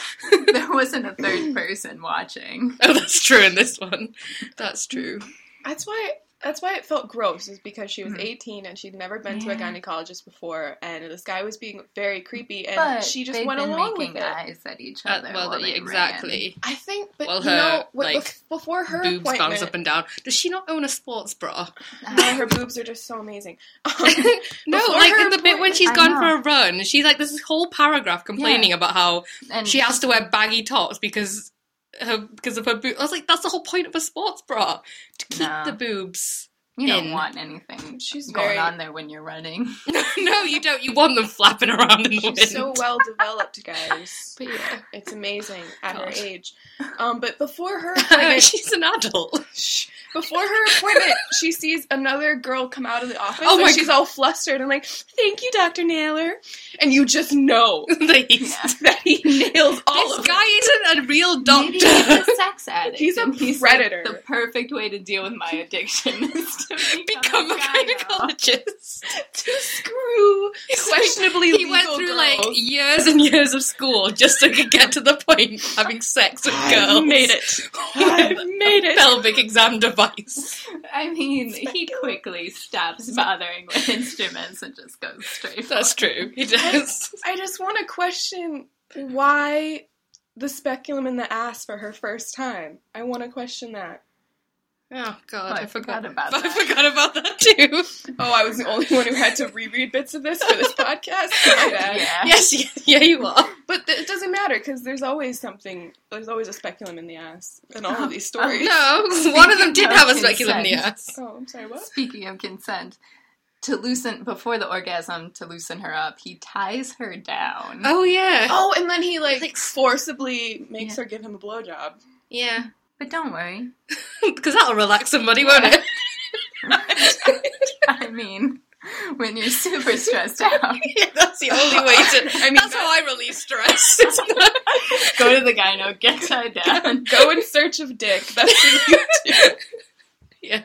[SPEAKER 3] there wasn't a third person watching.
[SPEAKER 2] Oh, that's true in this one. That's true.
[SPEAKER 1] that's why that's why it felt gross is because she was
[SPEAKER 2] Hmm.
[SPEAKER 3] Mhm.
[SPEAKER 1] 18 and she'd never been to a
[SPEAKER 3] Yeah.
[SPEAKER 1] gynecologist before and this guy was being very creepy and
[SPEAKER 3] But
[SPEAKER 1] she just
[SPEAKER 3] they've
[SPEAKER 1] went
[SPEAKER 3] been
[SPEAKER 1] along with
[SPEAKER 3] making
[SPEAKER 1] it.
[SPEAKER 3] eyes at each
[SPEAKER 2] Uh,
[SPEAKER 3] other.
[SPEAKER 2] well,
[SPEAKER 3] while
[SPEAKER 2] yeah,
[SPEAKER 3] they
[SPEAKER 2] exactly.
[SPEAKER 1] I think but
[SPEAKER 2] Well,
[SPEAKER 1] you know
[SPEAKER 2] her,
[SPEAKER 1] what,
[SPEAKER 2] like,
[SPEAKER 1] bef- before her
[SPEAKER 2] Boobs bounce
[SPEAKER 1] appointment
[SPEAKER 2] up and down. Does she not own a sports bra?
[SPEAKER 3] ran.
[SPEAKER 1] no, her boobs are just so amazing. Um,
[SPEAKER 2] No,
[SPEAKER 1] Before
[SPEAKER 2] like
[SPEAKER 1] her
[SPEAKER 2] in the bit when
[SPEAKER 1] appointment-
[SPEAKER 2] she's
[SPEAKER 3] I
[SPEAKER 2] gone
[SPEAKER 3] know.
[SPEAKER 2] for a run, she's like there's this whole paragraph complaining about how
[SPEAKER 3] and
[SPEAKER 2] she has to wear baggy tops because her because of her boob. I was like, that's the whole point of a sports bra to keep
[SPEAKER 3] No.
[SPEAKER 2] the boobs.
[SPEAKER 3] you don't
[SPEAKER 2] in.
[SPEAKER 3] want anything
[SPEAKER 1] She's
[SPEAKER 3] going
[SPEAKER 1] very-
[SPEAKER 3] on there when you're running.
[SPEAKER 2] no, no, you don't. You want them flapping around in the wind.
[SPEAKER 1] She's so well developed, guys.
[SPEAKER 2] but yeah,
[SPEAKER 1] It's amazing at her
[SPEAKER 2] God.
[SPEAKER 1] age. Um, but before her appointment,
[SPEAKER 2] she's an adult.
[SPEAKER 1] Shh. Before her appointment, she sees another girl come out of the office,
[SPEAKER 2] Oh my
[SPEAKER 1] and she's all flustered and like, "Thank you, Doctor Naylor," and you just know
[SPEAKER 2] Like,
[SPEAKER 3] Yeah.
[SPEAKER 1] that he nails all
[SPEAKER 2] this
[SPEAKER 1] of
[SPEAKER 2] guy
[SPEAKER 1] them.
[SPEAKER 2] isn't a real
[SPEAKER 3] Maybe he's
[SPEAKER 2] doctor
[SPEAKER 3] a sex addict.
[SPEAKER 1] He's a
[SPEAKER 3] and like,
[SPEAKER 1] predator.
[SPEAKER 3] the perfect way to deal with my addiction is to
[SPEAKER 2] become a gynecologist.
[SPEAKER 1] to screw
[SPEAKER 2] He's like-
[SPEAKER 1] questionably
[SPEAKER 2] He
[SPEAKER 1] legal
[SPEAKER 2] went through like
[SPEAKER 1] girls.
[SPEAKER 2] years and years of school just so he could get to the point of having sex with girls.
[SPEAKER 1] I made it. I made it.
[SPEAKER 2] pelvic exam device.
[SPEAKER 3] I mean, he quickly stops bothering with instruments and just goes straight. for
[SPEAKER 2] That's true. He does.
[SPEAKER 1] I just want to question why the speculum in the ass for her first time. I want to question that.
[SPEAKER 2] Oh god,
[SPEAKER 3] Oh,
[SPEAKER 2] I, forgot
[SPEAKER 3] about
[SPEAKER 2] I
[SPEAKER 3] that.
[SPEAKER 2] forgot about that too.
[SPEAKER 1] Oh, I was the only one who had to reread bits of this for this podcast. My bad.
[SPEAKER 3] Yeah.
[SPEAKER 2] Yes, yeah, yeah, you are.
[SPEAKER 1] But th- it doesn't matter because there's always something. There's always a speculum in the ass in all of these stories.
[SPEAKER 2] No, one of them did
[SPEAKER 3] of
[SPEAKER 2] have a speculum in the
[SPEAKER 3] consent.
[SPEAKER 2] ass.
[SPEAKER 1] Oh, I'm sorry. What?
[SPEAKER 3] Speaking of consent, to loosen before the orgasm, to loosen her up, he ties her down.
[SPEAKER 2] Oh yeah,
[SPEAKER 1] Oh, and then he like,
[SPEAKER 2] Like-
[SPEAKER 1] forcibly makes
[SPEAKER 3] Yeah.
[SPEAKER 1] her give him a blowjob.
[SPEAKER 2] yeah,
[SPEAKER 3] But don't worry,
[SPEAKER 2] because that'll relax somebody, won't it?
[SPEAKER 3] I mean, when you're super stressed out,
[SPEAKER 2] that's the only way to. I mean, that's how I release stress. It's not-
[SPEAKER 3] go to the gyno, get tied down.
[SPEAKER 1] Go in search of dick. That's what you do.
[SPEAKER 2] yeah.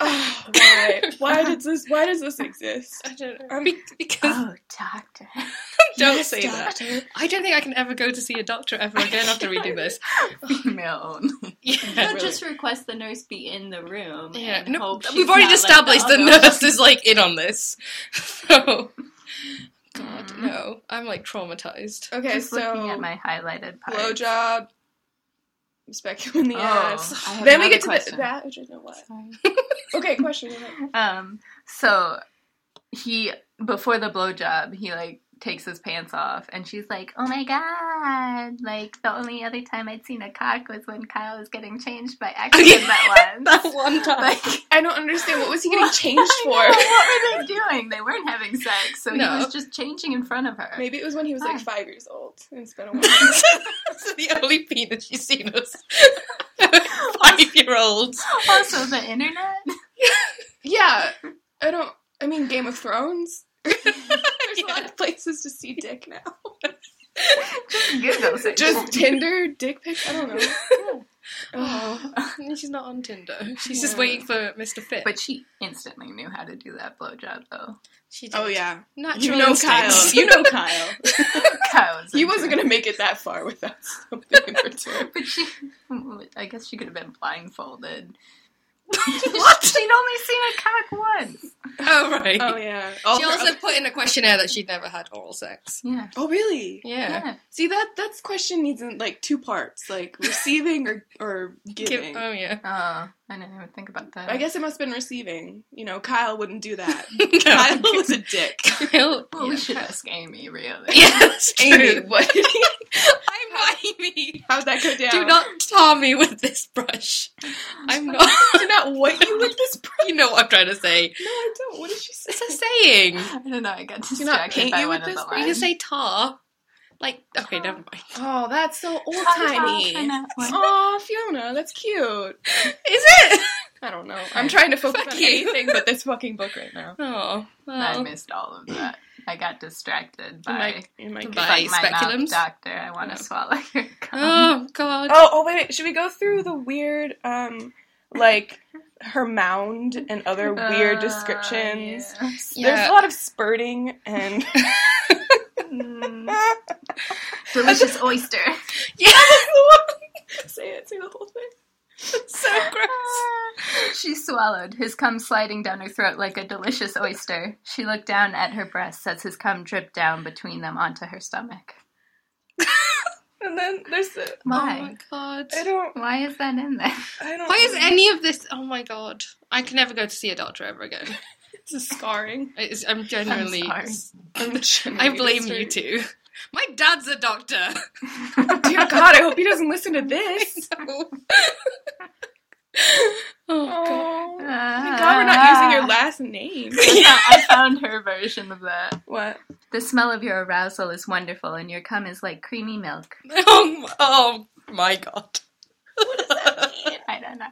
[SPEAKER 1] Oh, why? Why does this? Why does this exist? I don't know.
[SPEAKER 2] Be- because
[SPEAKER 3] Oh, doctor.
[SPEAKER 2] don't
[SPEAKER 1] Yes,
[SPEAKER 2] say that.
[SPEAKER 1] doctor.
[SPEAKER 2] I don't think I can ever go to see a doctor ever again after we do this.
[SPEAKER 3] Female only.
[SPEAKER 2] Yeah.
[SPEAKER 3] Don't just request the nurse be in the room.
[SPEAKER 2] Yeah,
[SPEAKER 3] and
[SPEAKER 2] no,
[SPEAKER 3] hope she's
[SPEAKER 2] we've already
[SPEAKER 3] not like
[SPEAKER 2] established the
[SPEAKER 3] other
[SPEAKER 2] nurse is like in on this. So,
[SPEAKER 3] one.
[SPEAKER 2] God, no, I'm like traumatized.
[SPEAKER 1] Okay,
[SPEAKER 3] Mm-hmm. Just looking
[SPEAKER 1] so
[SPEAKER 3] at my highlighted part.
[SPEAKER 1] blowjob, speculum in the
[SPEAKER 3] Oh,
[SPEAKER 1] ass.
[SPEAKER 3] I have
[SPEAKER 1] Then we
[SPEAKER 3] another
[SPEAKER 1] get to the,
[SPEAKER 3] question.
[SPEAKER 1] that, which is no what.
[SPEAKER 3] Sorry.
[SPEAKER 1] Okay, question. go ahead.
[SPEAKER 3] Um, so he before the blowjob, he like takes his pants off, and she's like, "Oh my god! Like the only other time I'd seen a cock was when Kyle was getting changed by accident that once."
[SPEAKER 2] one
[SPEAKER 3] Like,
[SPEAKER 1] I don't understand. What was he getting changed for?
[SPEAKER 3] I know, what were they doing? They weren't having sex, so
[SPEAKER 2] No.
[SPEAKER 3] he was just changing in front of her.
[SPEAKER 1] Maybe it was when he was like
[SPEAKER 3] Hi.
[SPEAKER 1] five years old. and It's been a while.
[SPEAKER 2] That's the only penis you've seen us. Five year olds.
[SPEAKER 3] Also, the internet.
[SPEAKER 1] yeah, I don't. I mean, Game of Thrones. There's a lot of places to see dick now.
[SPEAKER 3] Google search.
[SPEAKER 1] Just Tinder, dick pics. I don't know. Oh,
[SPEAKER 2] She's not on Tinder. She's
[SPEAKER 1] Yeah.
[SPEAKER 2] just waiting for Mr. Fit.
[SPEAKER 3] But she instantly knew how to do that blowjob, though.
[SPEAKER 2] she did.
[SPEAKER 1] oh yeah.
[SPEAKER 2] Natural
[SPEAKER 1] You know Kyle.
[SPEAKER 2] instincts.
[SPEAKER 1] You know Kyle.
[SPEAKER 3] Kyle was
[SPEAKER 1] He
[SPEAKER 3] into
[SPEAKER 1] wasn't
[SPEAKER 3] it.
[SPEAKER 1] gonna make it that far without something in return.
[SPEAKER 3] But she, I guess she could have been blindfolded.
[SPEAKER 2] What?
[SPEAKER 3] She'd only seen a cock once.
[SPEAKER 2] Oh, right.
[SPEAKER 1] Oh yeah.
[SPEAKER 2] She also put in a questionnaire that she'd never had oral sex.
[SPEAKER 3] Yeah.
[SPEAKER 1] Oh really?
[SPEAKER 2] Yeah.
[SPEAKER 1] See that that's question needs like two parts, like receiving or or
[SPEAKER 2] Give-
[SPEAKER 1] giving.
[SPEAKER 2] oh, yeah.
[SPEAKER 3] Oh, I didn't even think about that.
[SPEAKER 1] Uh, I guess it must have been receiving. You know, Kyle wouldn't do that. Kyle
[SPEAKER 2] No.
[SPEAKER 1] was a dick.
[SPEAKER 2] Kyle.
[SPEAKER 3] Well, we should ask Amy, really.
[SPEAKER 2] Yeah, that's true.
[SPEAKER 1] Amy, what?
[SPEAKER 2] I'm Amy.
[SPEAKER 1] How'd that go down?
[SPEAKER 2] Do not tar me with this brush. I'm not.
[SPEAKER 1] do not what you with this. Pr-
[SPEAKER 2] You know what I'm trying to say.
[SPEAKER 1] no, I don't. What did she say?
[SPEAKER 2] It's a saying.
[SPEAKER 3] I don't know. I got
[SPEAKER 1] you not
[SPEAKER 3] distracted
[SPEAKER 1] paint
[SPEAKER 3] by
[SPEAKER 1] you
[SPEAKER 3] one
[SPEAKER 1] with
[SPEAKER 3] of
[SPEAKER 1] this?
[SPEAKER 3] the
[SPEAKER 1] Are
[SPEAKER 2] You
[SPEAKER 3] lines.
[SPEAKER 2] can say tar. Like, okay, never mind.
[SPEAKER 1] Oh, that's so old
[SPEAKER 3] Kinda like-
[SPEAKER 1] Oh, Fiona, that's cute.
[SPEAKER 2] Is it?
[SPEAKER 1] I don't know. I'm trying to focus
[SPEAKER 2] Fuck
[SPEAKER 1] on
[SPEAKER 2] you.
[SPEAKER 1] anything but this fucking book right now.
[SPEAKER 2] Oh,
[SPEAKER 3] I
[SPEAKER 2] well.
[SPEAKER 3] missed all of that. I got distracted
[SPEAKER 1] In my-
[SPEAKER 3] by,
[SPEAKER 1] in my-
[SPEAKER 2] By
[SPEAKER 3] like, my
[SPEAKER 2] speculums?
[SPEAKER 3] mouth doctor. I want to
[SPEAKER 2] No.
[SPEAKER 3] swallow your cum.
[SPEAKER 2] Oh God.
[SPEAKER 1] Oh, oh wait, wait. Should we go through the weird, um, like her mound and other weird
[SPEAKER 3] Uh,
[SPEAKER 1] descriptions?
[SPEAKER 3] yeah.
[SPEAKER 1] There's
[SPEAKER 2] Yeah.
[SPEAKER 1] a lot of spurting and
[SPEAKER 3] Mm, delicious oyster.
[SPEAKER 2] Yes.
[SPEAKER 1] say it, say the whole thing.
[SPEAKER 2] so gross.
[SPEAKER 3] She swallowed, his cum sliding down her throat like a delicious oyster. She looked down at her breasts as his cum dripped down between them onto her stomach.
[SPEAKER 1] And then there's the
[SPEAKER 2] Oh my
[SPEAKER 3] Why?
[SPEAKER 2] God.
[SPEAKER 1] I don't
[SPEAKER 3] Why is that in there?
[SPEAKER 1] I don't
[SPEAKER 2] Why is any of this? Oh my God. I can never go to see a doctor ever again.
[SPEAKER 1] this is scarring?
[SPEAKER 2] It's, I'm genuinely.
[SPEAKER 3] I'm sorry.
[SPEAKER 2] I blame you two. My dad's a doctor.
[SPEAKER 1] Dear God, I hope he doesn't listen to this.
[SPEAKER 2] oh,
[SPEAKER 1] Oh,
[SPEAKER 3] Thank
[SPEAKER 1] thank God we're not using your last name.
[SPEAKER 3] Ah. I found her version of that.
[SPEAKER 1] What?
[SPEAKER 3] The smell of your arousal is wonderful, and your cum is like creamy milk.
[SPEAKER 2] oh, oh my god.
[SPEAKER 3] I don't know.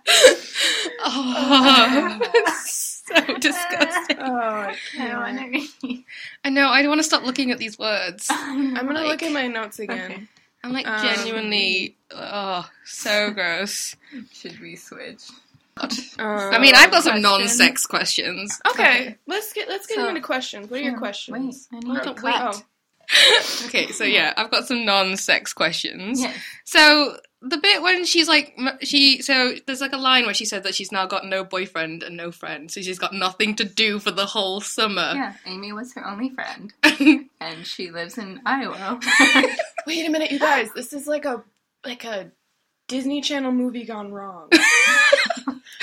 [SPEAKER 2] Oh, so disgusting.
[SPEAKER 1] Oh, I
[SPEAKER 3] I don't
[SPEAKER 1] can't.
[SPEAKER 3] want to read.
[SPEAKER 2] I know. I don't want to stop looking at these words.
[SPEAKER 1] I'm gonna look
[SPEAKER 2] Like-
[SPEAKER 1] at my notes again.
[SPEAKER 3] Okay.
[SPEAKER 2] I'm like
[SPEAKER 1] Um,
[SPEAKER 2] genuinely, oh, so gross.
[SPEAKER 3] Should we switch?
[SPEAKER 1] Um,
[SPEAKER 2] I mean, I've got some
[SPEAKER 3] Question.
[SPEAKER 2] non-sex questions.
[SPEAKER 1] Okay,
[SPEAKER 3] Okay.
[SPEAKER 1] let's get let's get
[SPEAKER 3] So-
[SPEAKER 1] into questions. What are your
[SPEAKER 3] Yeah,
[SPEAKER 1] questions?
[SPEAKER 3] wait, I need
[SPEAKER 2] to
[SPEAKER 1] Oh,
[SPEAKER 2] clap.
[SPEAKER 1] oh.
[SPEAKER 2] Okay, so yeah, I've got some non-sex questions.
[SPEAKER 3] Yes.
[SPEAKER 2] So the bit when she's like, m- she so there's like a line where she said that she's now got no boyfriend and no friend, so she's got nothing to do for the whole summer.
[SPEAKER 3] Yeah, Amy was her only friend, and she lives in Iowa.
[SPEAKER 1] Wait a minute, you guys. This is like a like a Disney Channel movie gone wrong.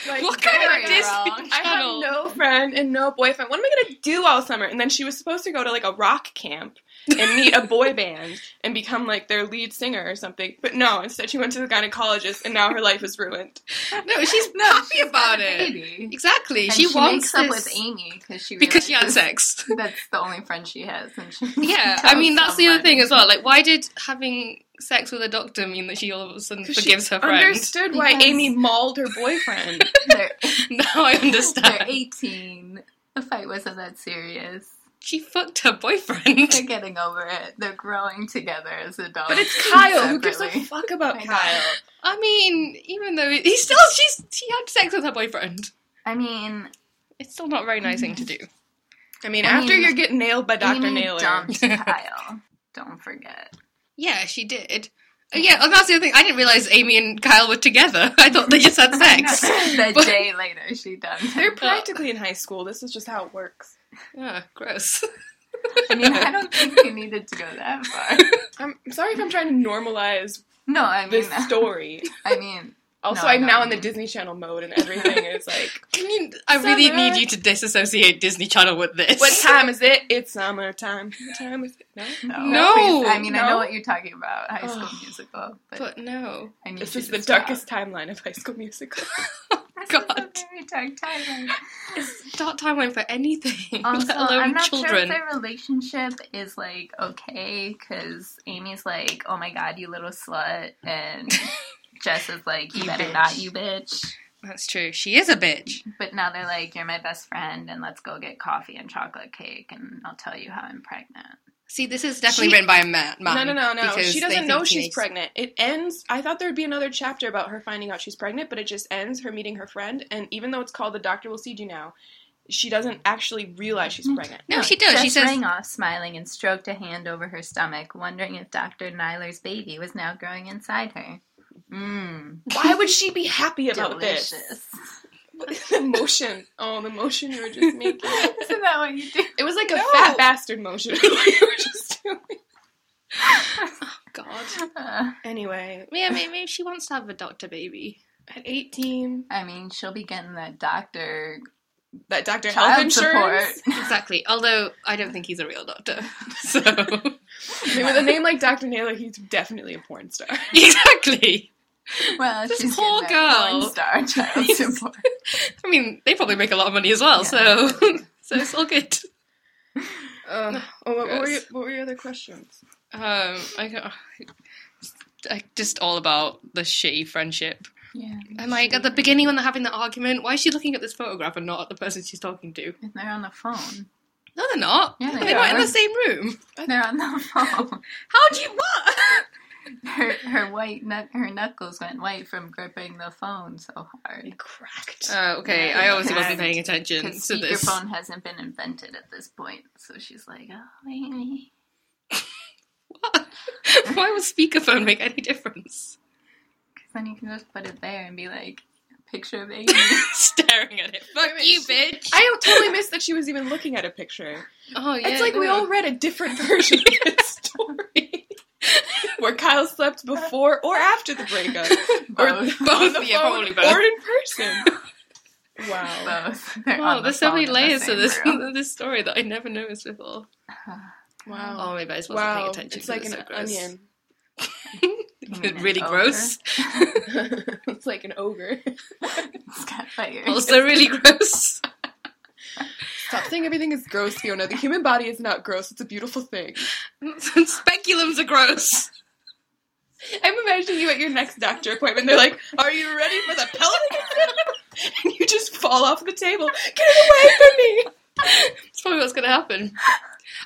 [SPEAKER 1] like,
[SPEAKER 2] what kind
[SPEAKER 1] very
[SPEAKER 2] of Disney
[SPEAKER 1] wrong.
[SPEAKER 3] wrong.
[SPEAKER 1] I have
[SPEAKER 2] Channel?
[SPEAKER 1] no friend and no boyfriend. What am I gonna do all summer? And then she was supposed to go to like a rock camp, and meet a boy band and become like their lead singer or something. But no, instead she went to the gynecologist and now her life is ruined.
[SPEAKER 2] No, she's happy about it.
[SPEAKER 3] Baby.
[SPEAKER 2] Exactly.
[SPEAKER 3] And
[SPEAKER 2] she,
[SPEAKER 3] she,
[SPEAKER 2] wants
[SPEAKER 3] makes up
[SPEAKER 2] this
[SPEAKER 3] with Amy because she
[SPEAKER 2] because she had
[SPEAKER 3] realizes
[SPEAKER 2] sex.
[SPEAKER 3] that's the only friend she has. And she
[SPEAKER 2] Yeah, I
[SPEAKER 3] tells
[SPEAKER 2] mean that's the other
[SPEAKER 3] someone.
[SPEAKER 2] thing as well. Like, why did having sex with a doctor mean that she all of a sudden
[SPEAKER 1] 'Cause she
[SPEAKER 2] forgives her friend?
[SPEAKER 1] Understood why
[SPEAKER 3] Because-
[SPEAKER 1] Amy mauled her boyfriend.
[SPEAKER 3] They're-
[SPEAKER 2] Now I
[SPEAKER 3] They're
[SPEAKER 2] understand.
[SPEAKER 3] 18. The fight wasn't that serious.
[SPEAKER 2] She fucked her boyfriend.
[SPEAKER 3] They're getting over it. They're growing together as adults.
[SPEAKER 1] but it's Kyle. Who gives a
[SPEAKER 3] separately.
[SPEAKER 1] fuck about
[SPEAKER 3] I know.
[SPEAKER 1] Kyle?
[SPEAKER 2] I mean, even though he still she's she had sex with her boyfriend.
[SPEAKER 3] I mean,
[SPEAKER 2] It's still not a very nice thing to do.
[SPEAKER 1] I mean,
[SPEAKER 3] I
[SPEAKER 1] after
[SPEAKER 3] mean,
[SPEAKER 1] you're getting nailed by Dr.
[SPEAKER 3] Amy
[SPEAKER 1] Naylor.
[SPEAKER 3] dumped Kyle. Don't forget.
[SPEAKER 2] Yeah, she did. Oh, yeah, and that's the other thing. I didn't realize Amy and Kyle were together. I thought they just had sex.
[SPEAKER 3] the
[SPEAKER 2] But-
[SPEAKER 3] day later, she dumped
[SPEAKER 1] They're
[SPEAKER 3] him.
[SPEAKER 1] practically in high school. This is just how it works.
[SPEAKER 2] yeah, Ah, gross.
[SPEAKER 3] I mean, I don't think you needed to go that far.
[SPEAKER 1] I'm I'm sorry if I'm trying to normalize
[SPEAKER 3] No, I mean,
[SPEAKER 1] this story.
[SPEAKER 3] I mean,
[SPEAKER 1] Also,
[SPEAKER 3] No, I
[SPEAKER 1] I'm
[SPEAKER 3] know
[SPEAKER 1] now
[SPEAKER 3] what
[SPEAKER 1] in the
[SPEAKER 3] you mean.
[SPEAKER 1] Disney Channel mode and everything is like,
[SPEAKER 2] Can you? I really
[SPEAKER 1] Summer.
[SPEAKER 2] need you to disassociate Disney Channel with this.
[SPEAKER 1] what time is it? It's summertime. What time is it? No.
[SPEAKER 3] no.
[SPEAKER 2] No,
[SPEAKER 3] Please, I mean, I
[SPEAKER 1] no.
[SPEAKER 3] know what you're talking about, High School
[SPEAKER 2] Ugh.
[SPEAKER 3] Musical, but,
[SPEAKER 2] But no.
[SPEAKER 3] I need
[SPEAKER 1] This
[SPEAKER 3] you
[SPEAKER 1] is
[SPEAKER 3] to
[SPEAKER 1] the
[SPEAKER 3] stop.
[SPEAKER 1] darkest timeline of High School Musical.
[SPEAKER 3] This
[SPEAKER 2] God.
[SPEAKER 3] is a very dark timeline.
[SPEAKER 2] It's not timeline for anything,
[SPEAKER 3] Also,
[SPEAKER 2] let alone
[SPEAKER 3] I'm not sure if
[SPEAKER 2] children.
[SPEAKER 3] their relationship is like okay because Amy's like, "Oh my god, you little slut," and Jess is like, "You,
[SPEAKER 2] You
[SPEAKER 3] better
[SPEAKER 2] bitch.
[SPEAKER 3] not, you bitch."
[SPEAKER 2] That's true. She is a bitch.
[SPEAKER 3] But now they're like, "You're my best friend, and let's go get coffee and chocolate cake, and I'll tell you how I'm pregnant."
[SPEAKER 2] See, this is definitely
[SPEAKER 1] She-
[SPEAKER 2] written by a man. man
[SPEAKER 1] no, no, no, no.
[SPEAKER 2] because
[SPEAKER 1] She
[SPEAKER 2] they
[SPEAKER 1] doesn't
[SPEAKER 2] think
[SPEAKER 1] know she's
[SPEAKER 2] teenage-
[SPEAKER 1] pregnant. It ends. I thought there would be another chapter about her finding out she's pregnant, but it just ends her meeting her friend. And even though it's called The Doctor Will See You Now, she doesn't actually realize she's pregnant.
[SPEAKER 2] No, she does.
[SPEAKER 3] Jess
[SPEAKER 2] She says-
[SPEAKER 3] rang off, smiling, and stroked a hand over her stomach, wondering if Doctor Nyler's baby was now growing inside her. Mmm,
[SPEAKER 1] Why would she be happy about
[SPEAKER 3] delicious.
[SPEAKER 1] this? the motion. Oh, the motion you were just making.
[SPEAKER 3] Isn't that what you do?
[SPEAKER 1] It was like a
[SPEAKER 2] No.
[SPEAKER 1] fat bastard motion. you were just doing.
[SPEAKER 2] God.
[SPEAKER 3] Uh,
[SPEAKER 1] Anyway,
[SPEAKER 2] Yeah, maybe, maybe she wants to have a doctor baby.
[SPEAKER 1] at 18,
[SPEAKER 3] I mean, she'll be getting that doctor
[SPEAKER 1] that doctor health
[SPEAKER 3] child
[SPEAKER 1] insurance.
[SPEAKER 3] support.
[SPEAKER 2] Exactly. Although I don't think he's a real doctor. So
[SPEAKER 1] I mean, with a name like Dr. Naylor, he's definitely a porn star.
[SPEAKER 2] exactly.
[SPEAKER 3] Well,
[SPEAKER 2] This
[SPEAKER 3] she's
[SPEAKER 2] poor
[SPEAKER 3] getting that
[SPEAKER 2] girl.
[SPEAKER 3] porn star child
[SPEAKER 2] Yes.
[SPEAKER 3] support.
[SPEAKER 2] I mean, they probably make a lot of money as well.
[SPEAKER 3] Yeah.
[SPEAKER 2] So so it's all good.
[SPEAKER 1] Uh, oh, what, what were your,
[SPEAKER 2] Gross.
[SPEAKER 1] what were your other questions?
[SPEAKER 2] Um, I, can't- I just all about the shitty friendship.
[SPEAKER 3] Yeah,
[SPEAKER 2] And like at the beginning when they're having the argument, why is she looking at this photograph and not at the person she's talking to?
[SPEAKER 3] and they're on the phone.
[SPEAKER 2] No, they're not.
[SPEAKER 3] Yeah,
[SPEAKER 2] they're
[SPEAKER 1] they
[SPEAKER 2] not in
[SPEAKER 1] are.
[SPEAKER 2] the same room.
[SPEAKER 3] They're on the phone.
[SPEAKER 2] How do you what?
[SPEAKER 3] Her her white knuck her knuckles went white from gripping the phone so hard.
[SPEAKER 1] cracked.
[SPEAKER 2] Uh, okay,
[SPEAKER 3] Yeah,
[SPEAKER 2] I obviously wasn't
[SPEAKER 3] and-
[SPEAKER 2] paying attention
[SPEAKER 3] Because
[SPEAKER 2] to this.
[SPEAKER 3] speakerphone hasn't been invented at this point, so she's like, "Oh, Amy."
[SPEAKER 2] Why would speakerphone make any difference?
[SPEAKER 3] Because then you can just put it there and be like, "Picture of Amy."
[SPEAKER 2] Staring at it. Fuck
[SPEAKER 1] Wait,
[SPEAKER 2] you,
[SPEAKER 1] she-
[SPEAKER 2] bitch.
[SPEAKER 1] I totally missed that she was even looking at a picture.
[SPEAKER 2] oh yeah,
[SPEAKER 1] it's like we
[SPEAKER 2] no.
[SPEAKER 1] all read a different version of this story. Where Kyle slept before or after the breakup. Or
[SPEAKER 3] both,
[SPEAKER 1] on
[SPEAKER 2] both.
[SPEAKER 1] the
[SPEAKER 2] yeah,
[SPEAKER 1] phone
[SPEAKER 2] probably both.
[SPEAKER 1] or in person. Wow.
[SPEAKER 3] both. They're
[SPEAKER 2] Wow,
[SPEAKER 3] on the
[SPEAKER 2] there's so many
[SPEAKER 3] phone in the
[SPEAKER 2] layers to
[SPEAKER 3] same
[SPEAKER 2] this
[SPEAKER 3] room.
[SPEAKER 2] this story that I never noticed before.
[SPEAKER 1] Wow.
[SPEAKER 2] Oh, maybe I just wasn't paying
[SPEAKER 1] Wow.
[SPEAKER 2] attention.
[SPEAKER 1] It's like an
[SPEAKER 2] because it's so
[SPEAKER 1] onion.
[SPEAKER 2] gross.
[SPEAKER 3] onion.
[SPEAKER 2] really
[SPEAKER 3] Ogre.
[SPEAKER 2] gross.
[SPEAKER 1] it's like an ogre.
[SPEAKER 3] It's got layers.
[SPEAKER 2] also really gross.
[SPEAKER 1] Stop saying everything is gross, Fiona. The human body is not gross. It's a beautiful thing.
[SPEAKER 2] Speculums are gross.
[SPEAKER 1] I'm imagining you at your next doctor appointment. They're like, "Are you ready for the pelvic exam?" And you just fall off the table. Get away from me!
[SPEAKER 2] That's probably what's going to happen.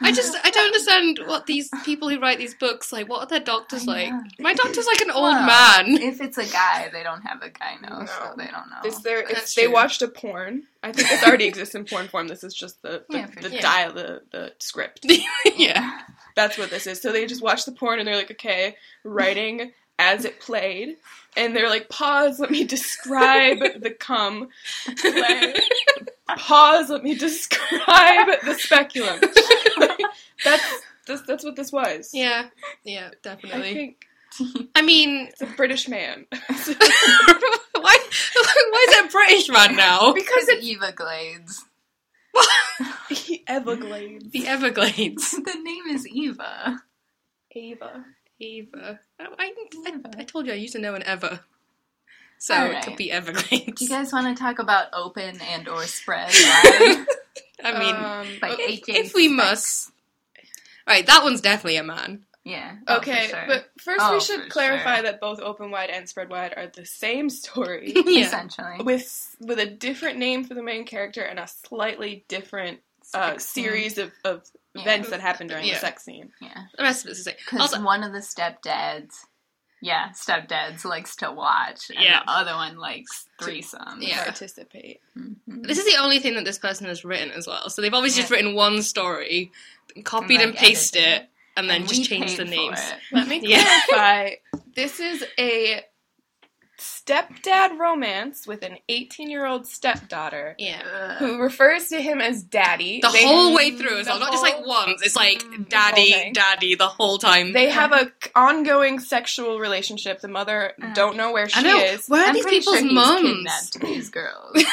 [SPEAKER 2] I just I don't understand what these people who write these books like. What are their doctors
[SPEAKER 3] I
[SPEAKER 2] like?
[SPEAKER 3] know.
[SPEAKER 2] My doctor's like an old
[SPEAKER 3] Well,
[SPEAKER 2] man.
[SPEAKER 3] if it's a guy, they don't have a guy now,
[SPEAKER 1] No.
[SPEAKER 3] so they don't know.
[SPEAKER 1] It's their, it's,
[SPEAKER 2] That's
[SPEAKER 1] they
[SPEAKER 2] true.
[SPEAKER 1] watched a porn. I think this already exists in porn form. This is just the the,
[SPEAKER 3] Yeah, for
[SPEAKER 1] the
[SPEAKER 2] sure.
[SPEAKER 1] dial the the script.
[SPEAKER 2] yeah.
[SPEAKER 1] That's what this is. So they just watch the porn and they're like, "Okay, writing." As it played, and they're like, pause, let me describe the cum. Play. Pause, let me describe the speculum. that's, that's that's what this was.
[SPEAKER 2] Yeah. Yeah,
[SPEAKER 1] I
[SPEAKER 2] definitely.
[SPEAKER 1] think
[SPEAKER 2] I mean,
[SPEAKER 1] It's a British man.
[SPEAKER 2] why, why is it British man now?
[SPEAKER 3] because Eva Glades.
[SPEAKER 1] The Everglades.
[SPEAKER 2] the Everglades.
[SPEAKER 3] the name is Eva.
[SPEAKER 1] Ava.
[SPEAKER 2] Eva. Oh, I, I,
[SPEAKER 3] Eva.
[SPEAKER 2] I told you I used to know an ever. So it could
[SPEAKER 3] Alright.
[SPEAKER 2] be Everglades.
[SPEAKER 3] Do you guys want to talk about open and or spread? line?
[SPEAKER 2] I mean,
[SPEAKER 1] Um,
[SPEAKER 3] Like
[SPEAKER 1] o-
[SPEAKER 3] eight-
[SPEAKER 2] if, if we
[SPEAKER 3] Spikes.
[SPEAKER 2] must. Alright, that one's definitely a man.
[SPEAKER 3] yeah. oh, for
[SPEAKER 1] okay,
[SPEAKER 3] sure.
[SPEAKER 1] but first
[SPEAKER 3] Oh,
[SPEAKER 1] we
[SPEAKER 3] for
[SPEAKER 1] should clarify
[SPEAKER 3] sure.
[SPEAKER 1] that both open wide and spread wide are the same story
[SPEAKER 2] yeah.
[SPEAKER 3] essentially,
[SPEAKER 1] with with a different name for the main character and a slightly different uh,
[SPEAKER 3] Sex scene.
[SPEAKER 1] series of, of
[SPEAKER 3] Yeah.
[SPEAKER 1] events that happen during
[SPEAKER 2] Yeah.
[SPEAKER 1] the sex scene.
[SPEAKER 3] Yeah,
[SPEAKER 2] The rest of it's the same.
[SPEAKER 3] because
[SPEAKER 2] Also,
[SPEAKER 3] one of the stepdads, yeah, stepdads likes to watch, and
[SPEAKER 2] Yeah.
[SPEAKER 3] the other one likes threesomes.
[SPEAKER 2] Yeah.
[SPEAKER 1] Participate.
[SPEAKER 3] Mhm.
[SPEAKER 2] this is the only thing that this person has written as well. So they've obviously just written one story, copied
[SPEAKER 3] like,
[SPEAKER 2] and pasted
[SPEAKER 3] edited.
[SPEAKER 2] it, and then
[SPEAKER 3] And
[SPEAKER 2] just
[SPEAKER 3] we
[SPEAKER 2] changed
[SPEAKER 3] paid
[SPEAKER 2] the
[SPEAKER 3] for
[SPEAKER 2] names.
[SPEAKER 3] it.
[SPEAKER 1] Let me
[SPEAKER 2] Yeah.
[SPEAKER 1] clarify. this is a stepdad romance with an 18 year old stepdaughter
[SPEAKER 2] Yeah.
[SPEAKER 1] who refers to him as daddy.
[SPEAKER 2] The
[SPEAKER 1] They-
[SPEAKER 2] whole way through as
[SPEAKER 1] the
[SPEAKER 2] well, not just
[SPEAKER 1] whole-
[SPEAKER 2] like once. It's like
[SPEAKER 3] Mm, the
[SPEAKER 2] daddy,
[SPEAKER 1] whole thing.
[SPEAKER 2] daddy the whole time.
[SPEAKER 1] They have a c- ongoing sexual relationship. The mother
[SPEAKER 3] Uh,
[SPEAKER 1] don't know where she
[SPEAKER 2] I know.
[SPEAKER 1] is.
[SPEAKER 2] Where are
[SPEAKER 3] I'm
[SPEAKER 2] these
[SPEAKER 3] pretty
[SPEAKER 2] people's
[SPEAKER 3] sure he's
[SPEAKER 2] mums?
[SPEAKER 3] kidnapped these girls.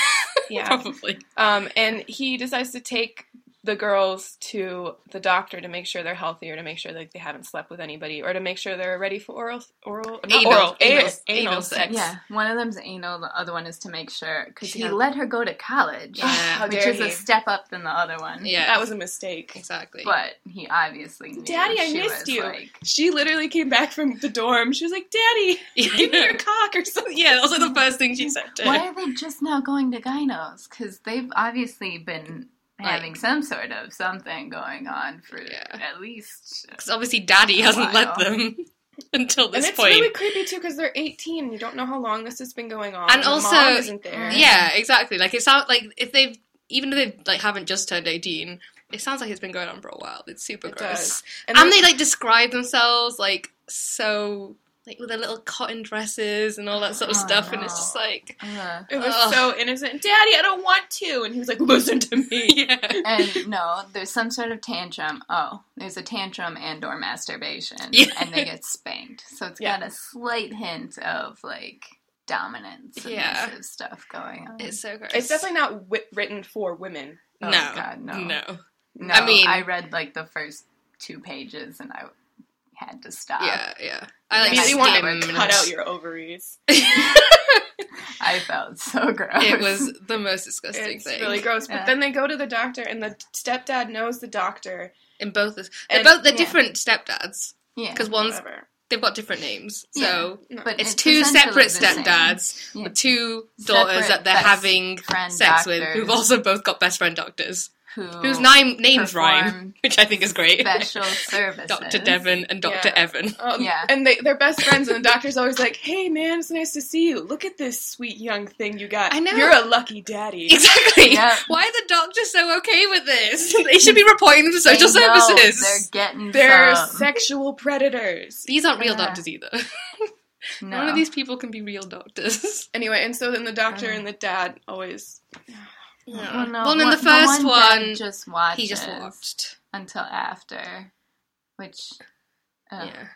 [SPEAKER 1] Yeah.
[SPEAKER 2] Probably.
[SPEAKER 1] Um, and he decides to take the girls to the doctor to make sure they're healthy or to make sure like they haven't slept with anybody or to make sure they're ready for oral oral not
[SPEAKER 2] Anal.
[SPEAKER 1] oral a-
[SPEAKER 2] Anal.
[SPEAKER 1] anal,
[SPEAKER 2] Anal
[SPEAKER 1] sex.
[SPEAKER 2] sex.
[SPEAKER 3] yeah, one of them's anal, the other one is to make sure because he
[SPEAKER 2] Yeah.
[SPEAKER 3] let her go to college,
[SPEAKER 2] Yeah.
[SPEAKER 1] How
[SPEAKER 3] which
[SPEAKER 1] dare
[SPEAKER 3] is a
[SPEAKER 1] he.
[SPEAKER 3] step up than the other one.
[SPEAKER 2] Yeah.
[SPEAKER 1] That was a mistake.
[SPEAKER 2] exactly.
[SPEAKER 3] but he obviously knew
[SPEAKER 1] Daddy, I
[SPEAKER 3] she
[SPEAKER 1] missed
[SPEAKER 3] was,
[SPEAKER 1] you.
[SPEAKER 3] Like,
[SPEAKER 1] She literally came back from the dorm. She was like, "Daddy, give me your
[SPEAKER 2] yeah.
[SPEAKER 1] cock or something."
[SPEAKER 2] yeah, that was like the first thing she said. to
[SPEAKER 3] Why
[SPEAKER 2] him.
[SPEAKER 3] are they just now going to gynos? Because they've obviously been having some sort of something going on for
[SPEAKER 2] Yeah.
[SPEAKER 3] at least.
[SPEAKER 2] 'Cause obviously daddy hasn't
[SPEAKER 3] Wow.
[SPEAKER 2] let them until
[SPEAKER 1] And
[SPEAKER 2] this
[SPEAKER 1] it's
[SPEAKER 2] point.
[SPEAKER 1] really creepy too because they're 18. You don't know how long this has been going on.
[SPEAKER 2] And
[SPEAKER 1] The
[SPEAKER 2] also-
[SPEAKER 1] mom isn't there.
[SPEAKER 3] creepy.
[SPEAKER 2] yeah, exactly. Like it sounds like if they've even though they like haven't just turned eighteen, it sounds like it's been going on for a while. It's super
[SPEAKER 1] It
[SPEAKER 2] gross.
[SPEAKER 1] does.
[SPEAKER 2] And, they like describe themselves like so like with their little cotton dresses and all that sort of
[SPEAKER 3] Oh,
[SPEAKER 2] stuff, and it's
[SPEAKER 3] no.
[SPEAKER 2] just like
[SPEAKER 3] Ugh.
[SPEAKER 1] It was
[SPEAKER 2] Ugh.
[SPEAKER 1] so innocent. Daddy, I don't want to. And he was like, listen to me.
[SPEAKER 2] yeah.
[SPEAKER 3] And no, there's some sort of tantrum. Oh, there's a tantrum and or masturbation,
[SPEAKER 2] Yeah.
[SPEAKER 3] and they get spanked. So it's
[SPEAKER 1] Yeah.
[SPEAKER 3] got a slight hint of like dominance, and
[SPEAKER 2] Yeah.
[SPEAKER 3] submissive stuff going on.
[SPEAKER 2] It's so gross.
[SPEAKER 1] It's definitely not wi- written for women.
[SPEAKER 3] oh,
[SPEAKER 2] no,
[SPEAKER 3] God, no,
[SPEAKER 2] no.
[SPEAKER 3] No,
[SPEAKER 2] I mean-
[SPEAKER 3] I read like the first two pages, and I had to stop.
[SPEAKER 2] Yeah, yeah.
[SPEAKER 3] I
[SPEAKER 2] I like
[SPEAKER 1] you really want
[SPEAKER 2] skimmed.
[SPEAKER 1] to cut out your ovaries.
[SPEAKER 3] I felt so gross.
[SPEAKER 2] It was the most disgusting
[SPEAKER 1] It's
[SPEAKER 2] thing.
[SPEAKER 1] really gross. But
[SPEAKER 3] Yeah.
[SPEAKER 1] then they go to the doctor, and the stepdad knows the doctor.
[SPEAKER 2] In both, this, they're
[SPEAKER 1] And-
[SPEAKER 2] both they're
[SPEAKER 3] yeah.
[SPEAKER 2] different stepdads
[SPEAKER 3] yeah,
[SPEAKER 2] because one's
[SPEAKER 1] Whatever.
[SPEAKER 2] they've got different names, so
[SPEAKER 3] Yeah.
[SPEAKER 1] No.
[SPEAKER 3] but
[SPEAKER 2] it's, two
[SPEAKER 3] essentially
[SPEAKER 2] separate
[SPEAKER 3] the same.
[SPEAKER 2] stepdads
[SPEAKER 3] Yeah.
[SPEAKER 2] with two daughters
[SPEAKER 3] Separate
[SPEAKER 2] that they're
[SPEAKER 3] best
[SPEAKER 2] having
[SPEAKER 3] friend
[SPEAKER 2] sex with,
[SPEAKER 3] doctors
[SPEAKER 2] who've also both got best friend doctors,
[SPEAKER 3] who
[SPEAKER 2] whose name names rhyme,
[SPEAKER 3] perform
[SPEAKER 2] which I think is great.
[SPEAKER 3] special services.
[SPEAKER 2] Doctor Devon and Doctor
[SPEAKER 1] Yeah.
[SPEAKER 2] Evan.
[SPEAKER 1] Um,
[SPEAKER 3] Yeah.
[SPEAKER 1] And they, they're best friends, and the doctor's always like, hey, man, it's nice to see you. Look at this sweet young thing you got.
[SPEAKER 2] I know.
[SPEAKER 1] You're a lucky daddy.
[SPEAKER 2] Exactly.
[SPEAKER 3] Yeah.
[SPEAKER 2] Why are the doctors so okay with this? they should be reporting them to social
[SPEAKER 3] They know
[SPEAKER 2] services.
[SPEAKER 3] They're getting
[SPEAKER 1] They're
[SPEAKER 3] some.
[SPEAKER 1] sexual predators.
[SPEAKER 2] These aren't real
[SPEAKER 3] Yeah.
[SPEAKER 2] doctors either.
[SPEAKER 3] No.
[SPEAKER 2] None of these people can be real doctors.
[SPEAKER 1] Anyway, and so then the doctor
[SPEAKER 3] Uh.
[SPEAKER 1] and the dad always
[SPEAKER 3] Well, no,
[SPEAKER 2] Well, in the
[SPEAKER 3] one-
[SPEAKER 2] first
[SPEAKER 3] one,
[SPEAKER 2] one,
[SPEAKER 3] dad just watches
[SPEAKER 2] he just watched.
[SPEAKER 3] until after, which. uh,
[SPEAKER 2] Yeah.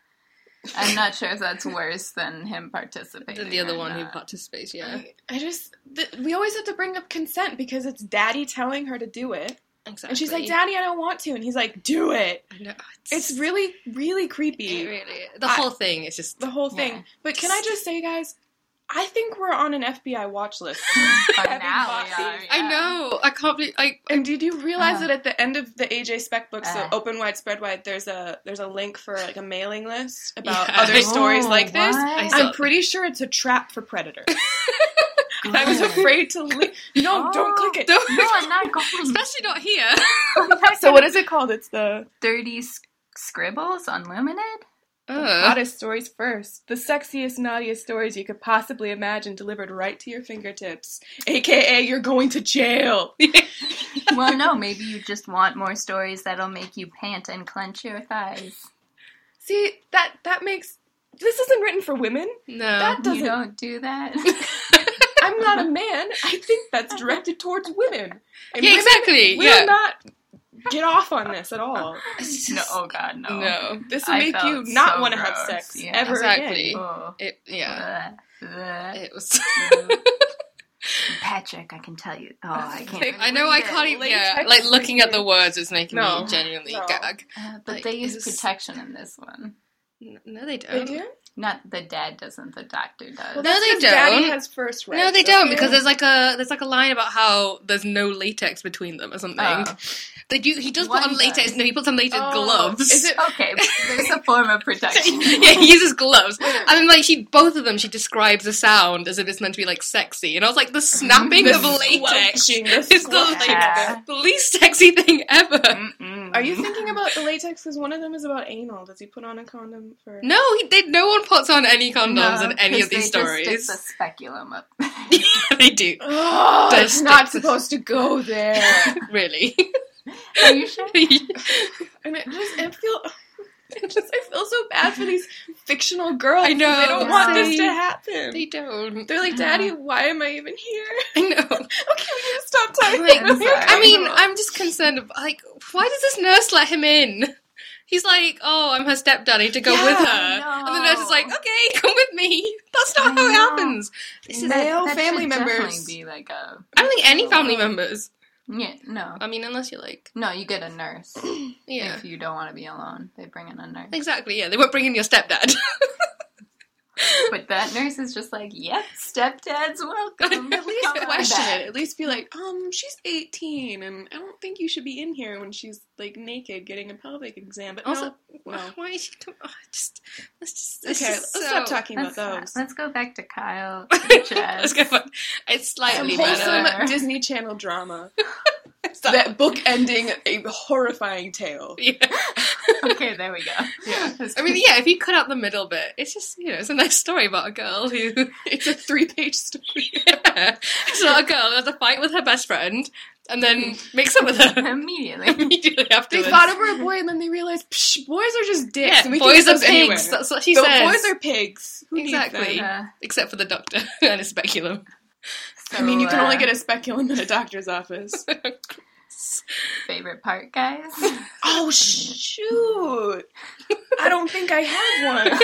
[SPEAKER 3] I'm not sure if that's worse than him participating.
[SPEAKER 2] Then the other
[SPEAKER 3] or
[SPEAKER 2] one who
[SPEAKER 3] not.
[SPEAKER 2] participates, yeah.
[SPEAKER 1] I, I just th- we always have to bring up consent because it's daddy telling her to do it,
[SPEAKER 2] Exactly.
[SPEAKER 1] and she's like, "Daddy, I don't want to," and he's like, "Do it."
[SPEAKER 2] I know,
[SPEAKER 1] It's really, really
[SPEAKER 2] It
[SPEAKER 1] creepy.
[SPEAKER 2] really is. The
[SPEAKER 1] I-
[SPEAKER 2] whole thing is just.
[SPEAKER 1] The whole thing.
[SPEAKER 3] Yeah.
[SPEAKER 1] But can I just say, guys, I think we're on an FBI watch list.
[SPEAKER 3] But
[SPEAKER 1] Having
[SPEAKER 3] now
[SPEAKER 1] boxes.
[SPEAKER 3] we are,
[SPEAKER 2] I
[SPEAKER 3] yeah.
[SPEAKER 2] know. I can't believe. I
[SPEAKER 1] and did you realize
[SPEAKER 3] Uh.
[SPEAKER 1] that at the end of the AJ Spec book, so
[SPEAKER 3] Uh.
[SPEAKER 1] open wide, spread wide, there's a there's a link for like a mailing list about
[SPEAKER 2] Yeah.
[SPEAKER 1] other stories
[SPEAKER 3] Oh,
[SPEAKER 1] like this.
[SPEAKER 3] what?
[SPEAKER 2] I saw-
[SPEAKER 1] I'm pretty sure it's a trap for predators.
[SPEAKER 3] Good.
[SPEAKER 1] I was afraid to. Li- no, don't click it.
[SPEAKER 2] don't.
[SPEAKER 3] No, I'm not going.
[SPEAKER 2] Especially not here.
[SPEAKER 1] so what is it called? It's the
[SPEAKER 3] Dirty sc- Scribbles Unlimited?
[SPEAKER 1] The
[SPEAKER 2] Uh.
[SPEAKER 1] hottest stories first. The sexiest, naughtiest stories you could possibly imagine delivered right to your fingertips. AKA, you're going to jail.
[SPEAKER 3] well, no, maybe you just want more stories that'll make you pant and clench your thighs.
[SPEAKER 1] See, that, that makes. This isn't written for women.
[SPEAKER 2] no.
[SPEAKER 1] That
[SPEAKER 3] You
[SPEAKER 1] doesn't.
[SPEAKER 3] don't do that.
[SPEAKER 1] I'm not a man. I think that's directed towards women. And
[SPEAKER 2] Yeah,
[SPEAKER 1] women
[SPEAKER 2] exactly.
[SPEAKER 1] will
[SPEAKER 2] Yeah.
[SPEAKER 1] not get off on this at all.
[SPEAKER 3] no, oh God, no.
[SPEAKER 2] No.
[SPEAKER 1] This will
[SPEAKER 3] I
[SPEAKER 1] make you
[SPEAKER 3] felt
[SPEAKER 1] not
[SPEAKER 3] so
[SPEAKER 1] want to have
[SPEAKER 3] gross.
[SPEAKER 1] sex
[SPEAKER 3] Yeah.
[SPEAKER 1] ever
[SPEAKER 2] Exactly.
[SPEAKER 1] again.
[SPEAKER 3] Oh.
[SPEAKER 2] It, yeah.
[SPEAKER 3] Bleh. Bleh.
[SPEAKER 2] It was.
[SPEAKER 3] Patrick, I can tell you. Oh, I can't.
[SPEAKER 1] Like,
[SPEAKER 2] I know I can't even. Yeah, like looking at the words is making
[SPEAKER 1] No.
[SPEAKER 2] me genuinely
[SPEAKER 1] No.
[SPEAKER 2] gag.
[SPEAKER 3] Uh, but
[SPEAKER 2] Like,
[SPEAKER 3] they use
[SPEAKER 2] is-
[SPEAKER 3] protection in this one.
[SPEAKER 2] N- No,
[SPEAKER 1] They
[SPEAKER 2] they don't.
[SPEAKER 1] do?
[SPEAKER 3] Not the dad doesn't. The doctor does.
[SPEAKER 1] Well,
[SPEAKER 2] No,
[SPEAKER 1] that's
[SPEAKER 2] they
[SPEAKER 1] 'cause Daddy
[SPEAKER 2] don't.
[SPEAKER 1] has first right.
[SPEAKER 2] No, they
[SPEAKER 1] so-
[SPEAKER 2] don't because there's like a there's like a line about how there's no latex between them or something.
[SPEAKER 3] Oh.
[SPEAKER 2] They do. He does
[SPEAKER 3] One
[SPEAKER 2] put on latex.
[SPEAKER 3] does.
[SPEAKER 2] No, he puts on latex
[SPEAKER 1] Oh,
[SPEAKER 2] gloves.
[SPEAKER 1] Is it?
[SPEAKER 3] okay, but there's a form of protection.
[SPEAKER 2] yeah, he uses gloves. I mean, like she, both of them, she describes the sound as if it's meant to be like sexy, and I was like, the snapping
[SPEAKER 1] The
[SPEAKER 2] of latex
[SPEAKER 1] squelching,
[SPEAKER 2] is the,
[SPEAKER 1] squelching.
[SPEAKER 2] like, the least sexy thing ever.
[SPEAKER 3] Mm-mm.
[SPEAKER 1] Are you thinking about the latex? Because one of them is about anal. Does he put on a condom for?
[SPEAKER 2] No, he, they, no one puts on any condoms
[SPEAKER 3] No,
[SPEAKER 2] in any
[SPEAKER 3] 'cause
[SPEAKER 2] of these
[SPEAKER 3] they just
[SPEAKER 2] stories.
[SPEAKER 3] stick the speculum up.
[SPEAKER 2] yeah, they do.
[SPEAKER 1] Oh,
[SPEAKER 2] Does
[SPEAKER 1] it's
[SPEAKER 2] stick
[SPEAKER 1] not
[SPEAKER 2] to-
[SPEAKER 1] supposed to go there.
[SPEAKER 2] Really.
[SPEAKER 3] Are you sure?
[SPEAKER 1] And it just, it feel, it just, I feel so bad for these fictional girls.
[SPEAKER 2] I know,
[SPEAKER 1] They don't want
[SPEAKER 3] they-
[SPEAKER 1] this to happen.
[SPEAKER 2] they don't.
[SPEAKER 1] They, are like, Daddy, why am I even here?
[SPEAKER 2] I know.
[SPEAKER 1] okay, we need to stop talking.
[SPEAKER 2] Like,
[SPEAKER 1] about this.
[SPEAKER 2] I mean, I'm just concerned. About, like, why does this nurse let him in? He's like, oh, I'm her stepdad. I need to go
[SPEAKER 1] Yeah,
[SPEAKER 2] with her.
[SPEAKER 3] I
[SPEAKER 2] And the nurse is like,
[SPEAKER 3] know.
[SPEAKER 2] okay, come with me. That's not
[SPEAKER 3] I
[SPEAKER 2] how it
[SPEAKER 3] know.
[SPEAKER 2] happens. This is,
[SPEAKER 1] Male
[SPEAKER 2] I
[SPEAKER 1] Male family
[SPEAKER 3] should
[SPEAKER 1] members.
[SPEAKER 3] definitely Be like a
[SPEAKER 2] don't think any family members.
[SPEAKER 3] yeah, no,
[SPEAKER 1] Uh,
[SPEAKER 2] I mean, unless you're like,
[SPEAKER 3] no. You get a nurse
[SPEAKER 2] yeah,
[SPEAKER 3] if you don't want to be alone. They bring in a nurse,
[SPEAKER 2] exactly. Yeah, they won't bring in your stepdad.
[SPEAKER 3] but that nurse is just like, "Yep, stepdad's welcome.
[SPEAKER 2] At least
[SPEAKER 3] Come on
[SPEAKER 1] question
[SPEAKER 3] back."
[SPEAKER 1] it. At least be like, um, she's 18, and I don't think you should be in here when she's like naked getting a pelvic exam. But
[SPEAKER 2] Also-
[SPEAKER 1] also, well,
[SPEAKER 2] Why is she? Come- oh, just let's just
[SPEAKER 1] okay,
[SPEAKER 2] this
[SPEAKER 1] let's
[SPEAKER 2] is so-
[SPEAKER 1] stop talking about
[SPEAKER 3] Let's,
[SPEAKER 1] those.
[SPEAKER 3] let's go back to Kyle.
[SPEAKER 2] let's go. For, it's
[SPEAKER 1] Some
[SPEAKER 2] slightly
[SPEAKER 1] wholesome
[SPEAKER 2] better.
[SPEAKER 3] better.
[SPEAKER 1] Disney Channel drama that book ending a horrifying tale.
[SPEAKER 2] Yeah.
[SPEAKER 3] okay, there we go.
[SPEAKER 1] Yeah.
[SPEAKER 2] I mean, yeah, if you cut out the middle bit, it's just, you know, it's a nice story about a girl who.
[SPEAKER 1] It's a three page story.
[SPEAKER 2] It's not a girl who has a fight with her best friend and then makes up with her
[SPEAKER 3] immediately.
[SPEAKER 2] immediately
[SPEAKER 1] Mm-hmm. They
[SPEAKER 2] afterwards.
[SPEAKER 1] thought over a boy and then they realized Psh, boys are just dicks.
[SPEAKER 2] yeah,
[SPEAKER 1] and we
[SPEAKER 2] boys
[SPEAKER 1] can
[SPEAKER 2] are
[SPEAKER 1] get those anywhere."
[SPEAKER 2] pigs. That's what she
[SPEAKER 1] The
[SPEAKER 2] says.
[SPEAKER 1] boys are pigs. Who needs
[SPEAKER 2] Exactly.
[SPEAKER 1] them?
[SPEAKER 3] Uh,
[SPEAKER 2] Except for the doctor and his speculum.
[SPEAKER 1] I mean, you
[SPEAKER 3] so,
[SPEAKER 1] can only
[SPEAKER 3] uh,
[SPEAKER 1] get a speculum in a doctor's office.
[SPEAKER 3] favorite part, guys.
[SPEAKER 1] oh shoot! I don't think I have one.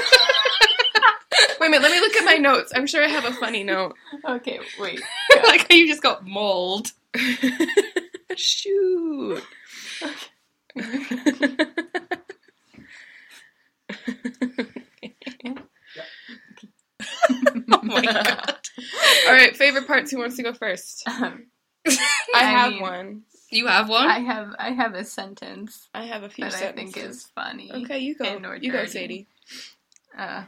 [SPEAKER 1] Wait a minute. Let me look at my notes. I'm sure I have a funny note.
[SPEAKER 3] okay, wait.
[SPEAKER 2] like how you just got mauled.
[SPEAKER 1] shoot.
[SPEAKER 2] Oh my god.
[SPEAKER 1] All right. Favorite parts. Who wants to go first?
[SPEAKER 3] Um,
[SPEAKER 1] I,
[SPEAKER 3] I
[SPEAKER 1] have
[SPEAKER 3] mean-
[SPEAKER 1] one.
[SPEAKER 2] You have one?
[SPEAKER 3] I have I have a sentence
[SPEAKER 1] I have a few
[SPEAKER 3] that I
[SPEAKER 1] sentences.
[SPEAKER 3] think is funny.
[SPEAKER 1] Okay, you go.
[SPEAKER 3] and or
[SPEAKER 1] You go,
[SPEAKER 3] dirty.
[SPEAKER 1] Sadie.
[SPEAKER 3] Uh,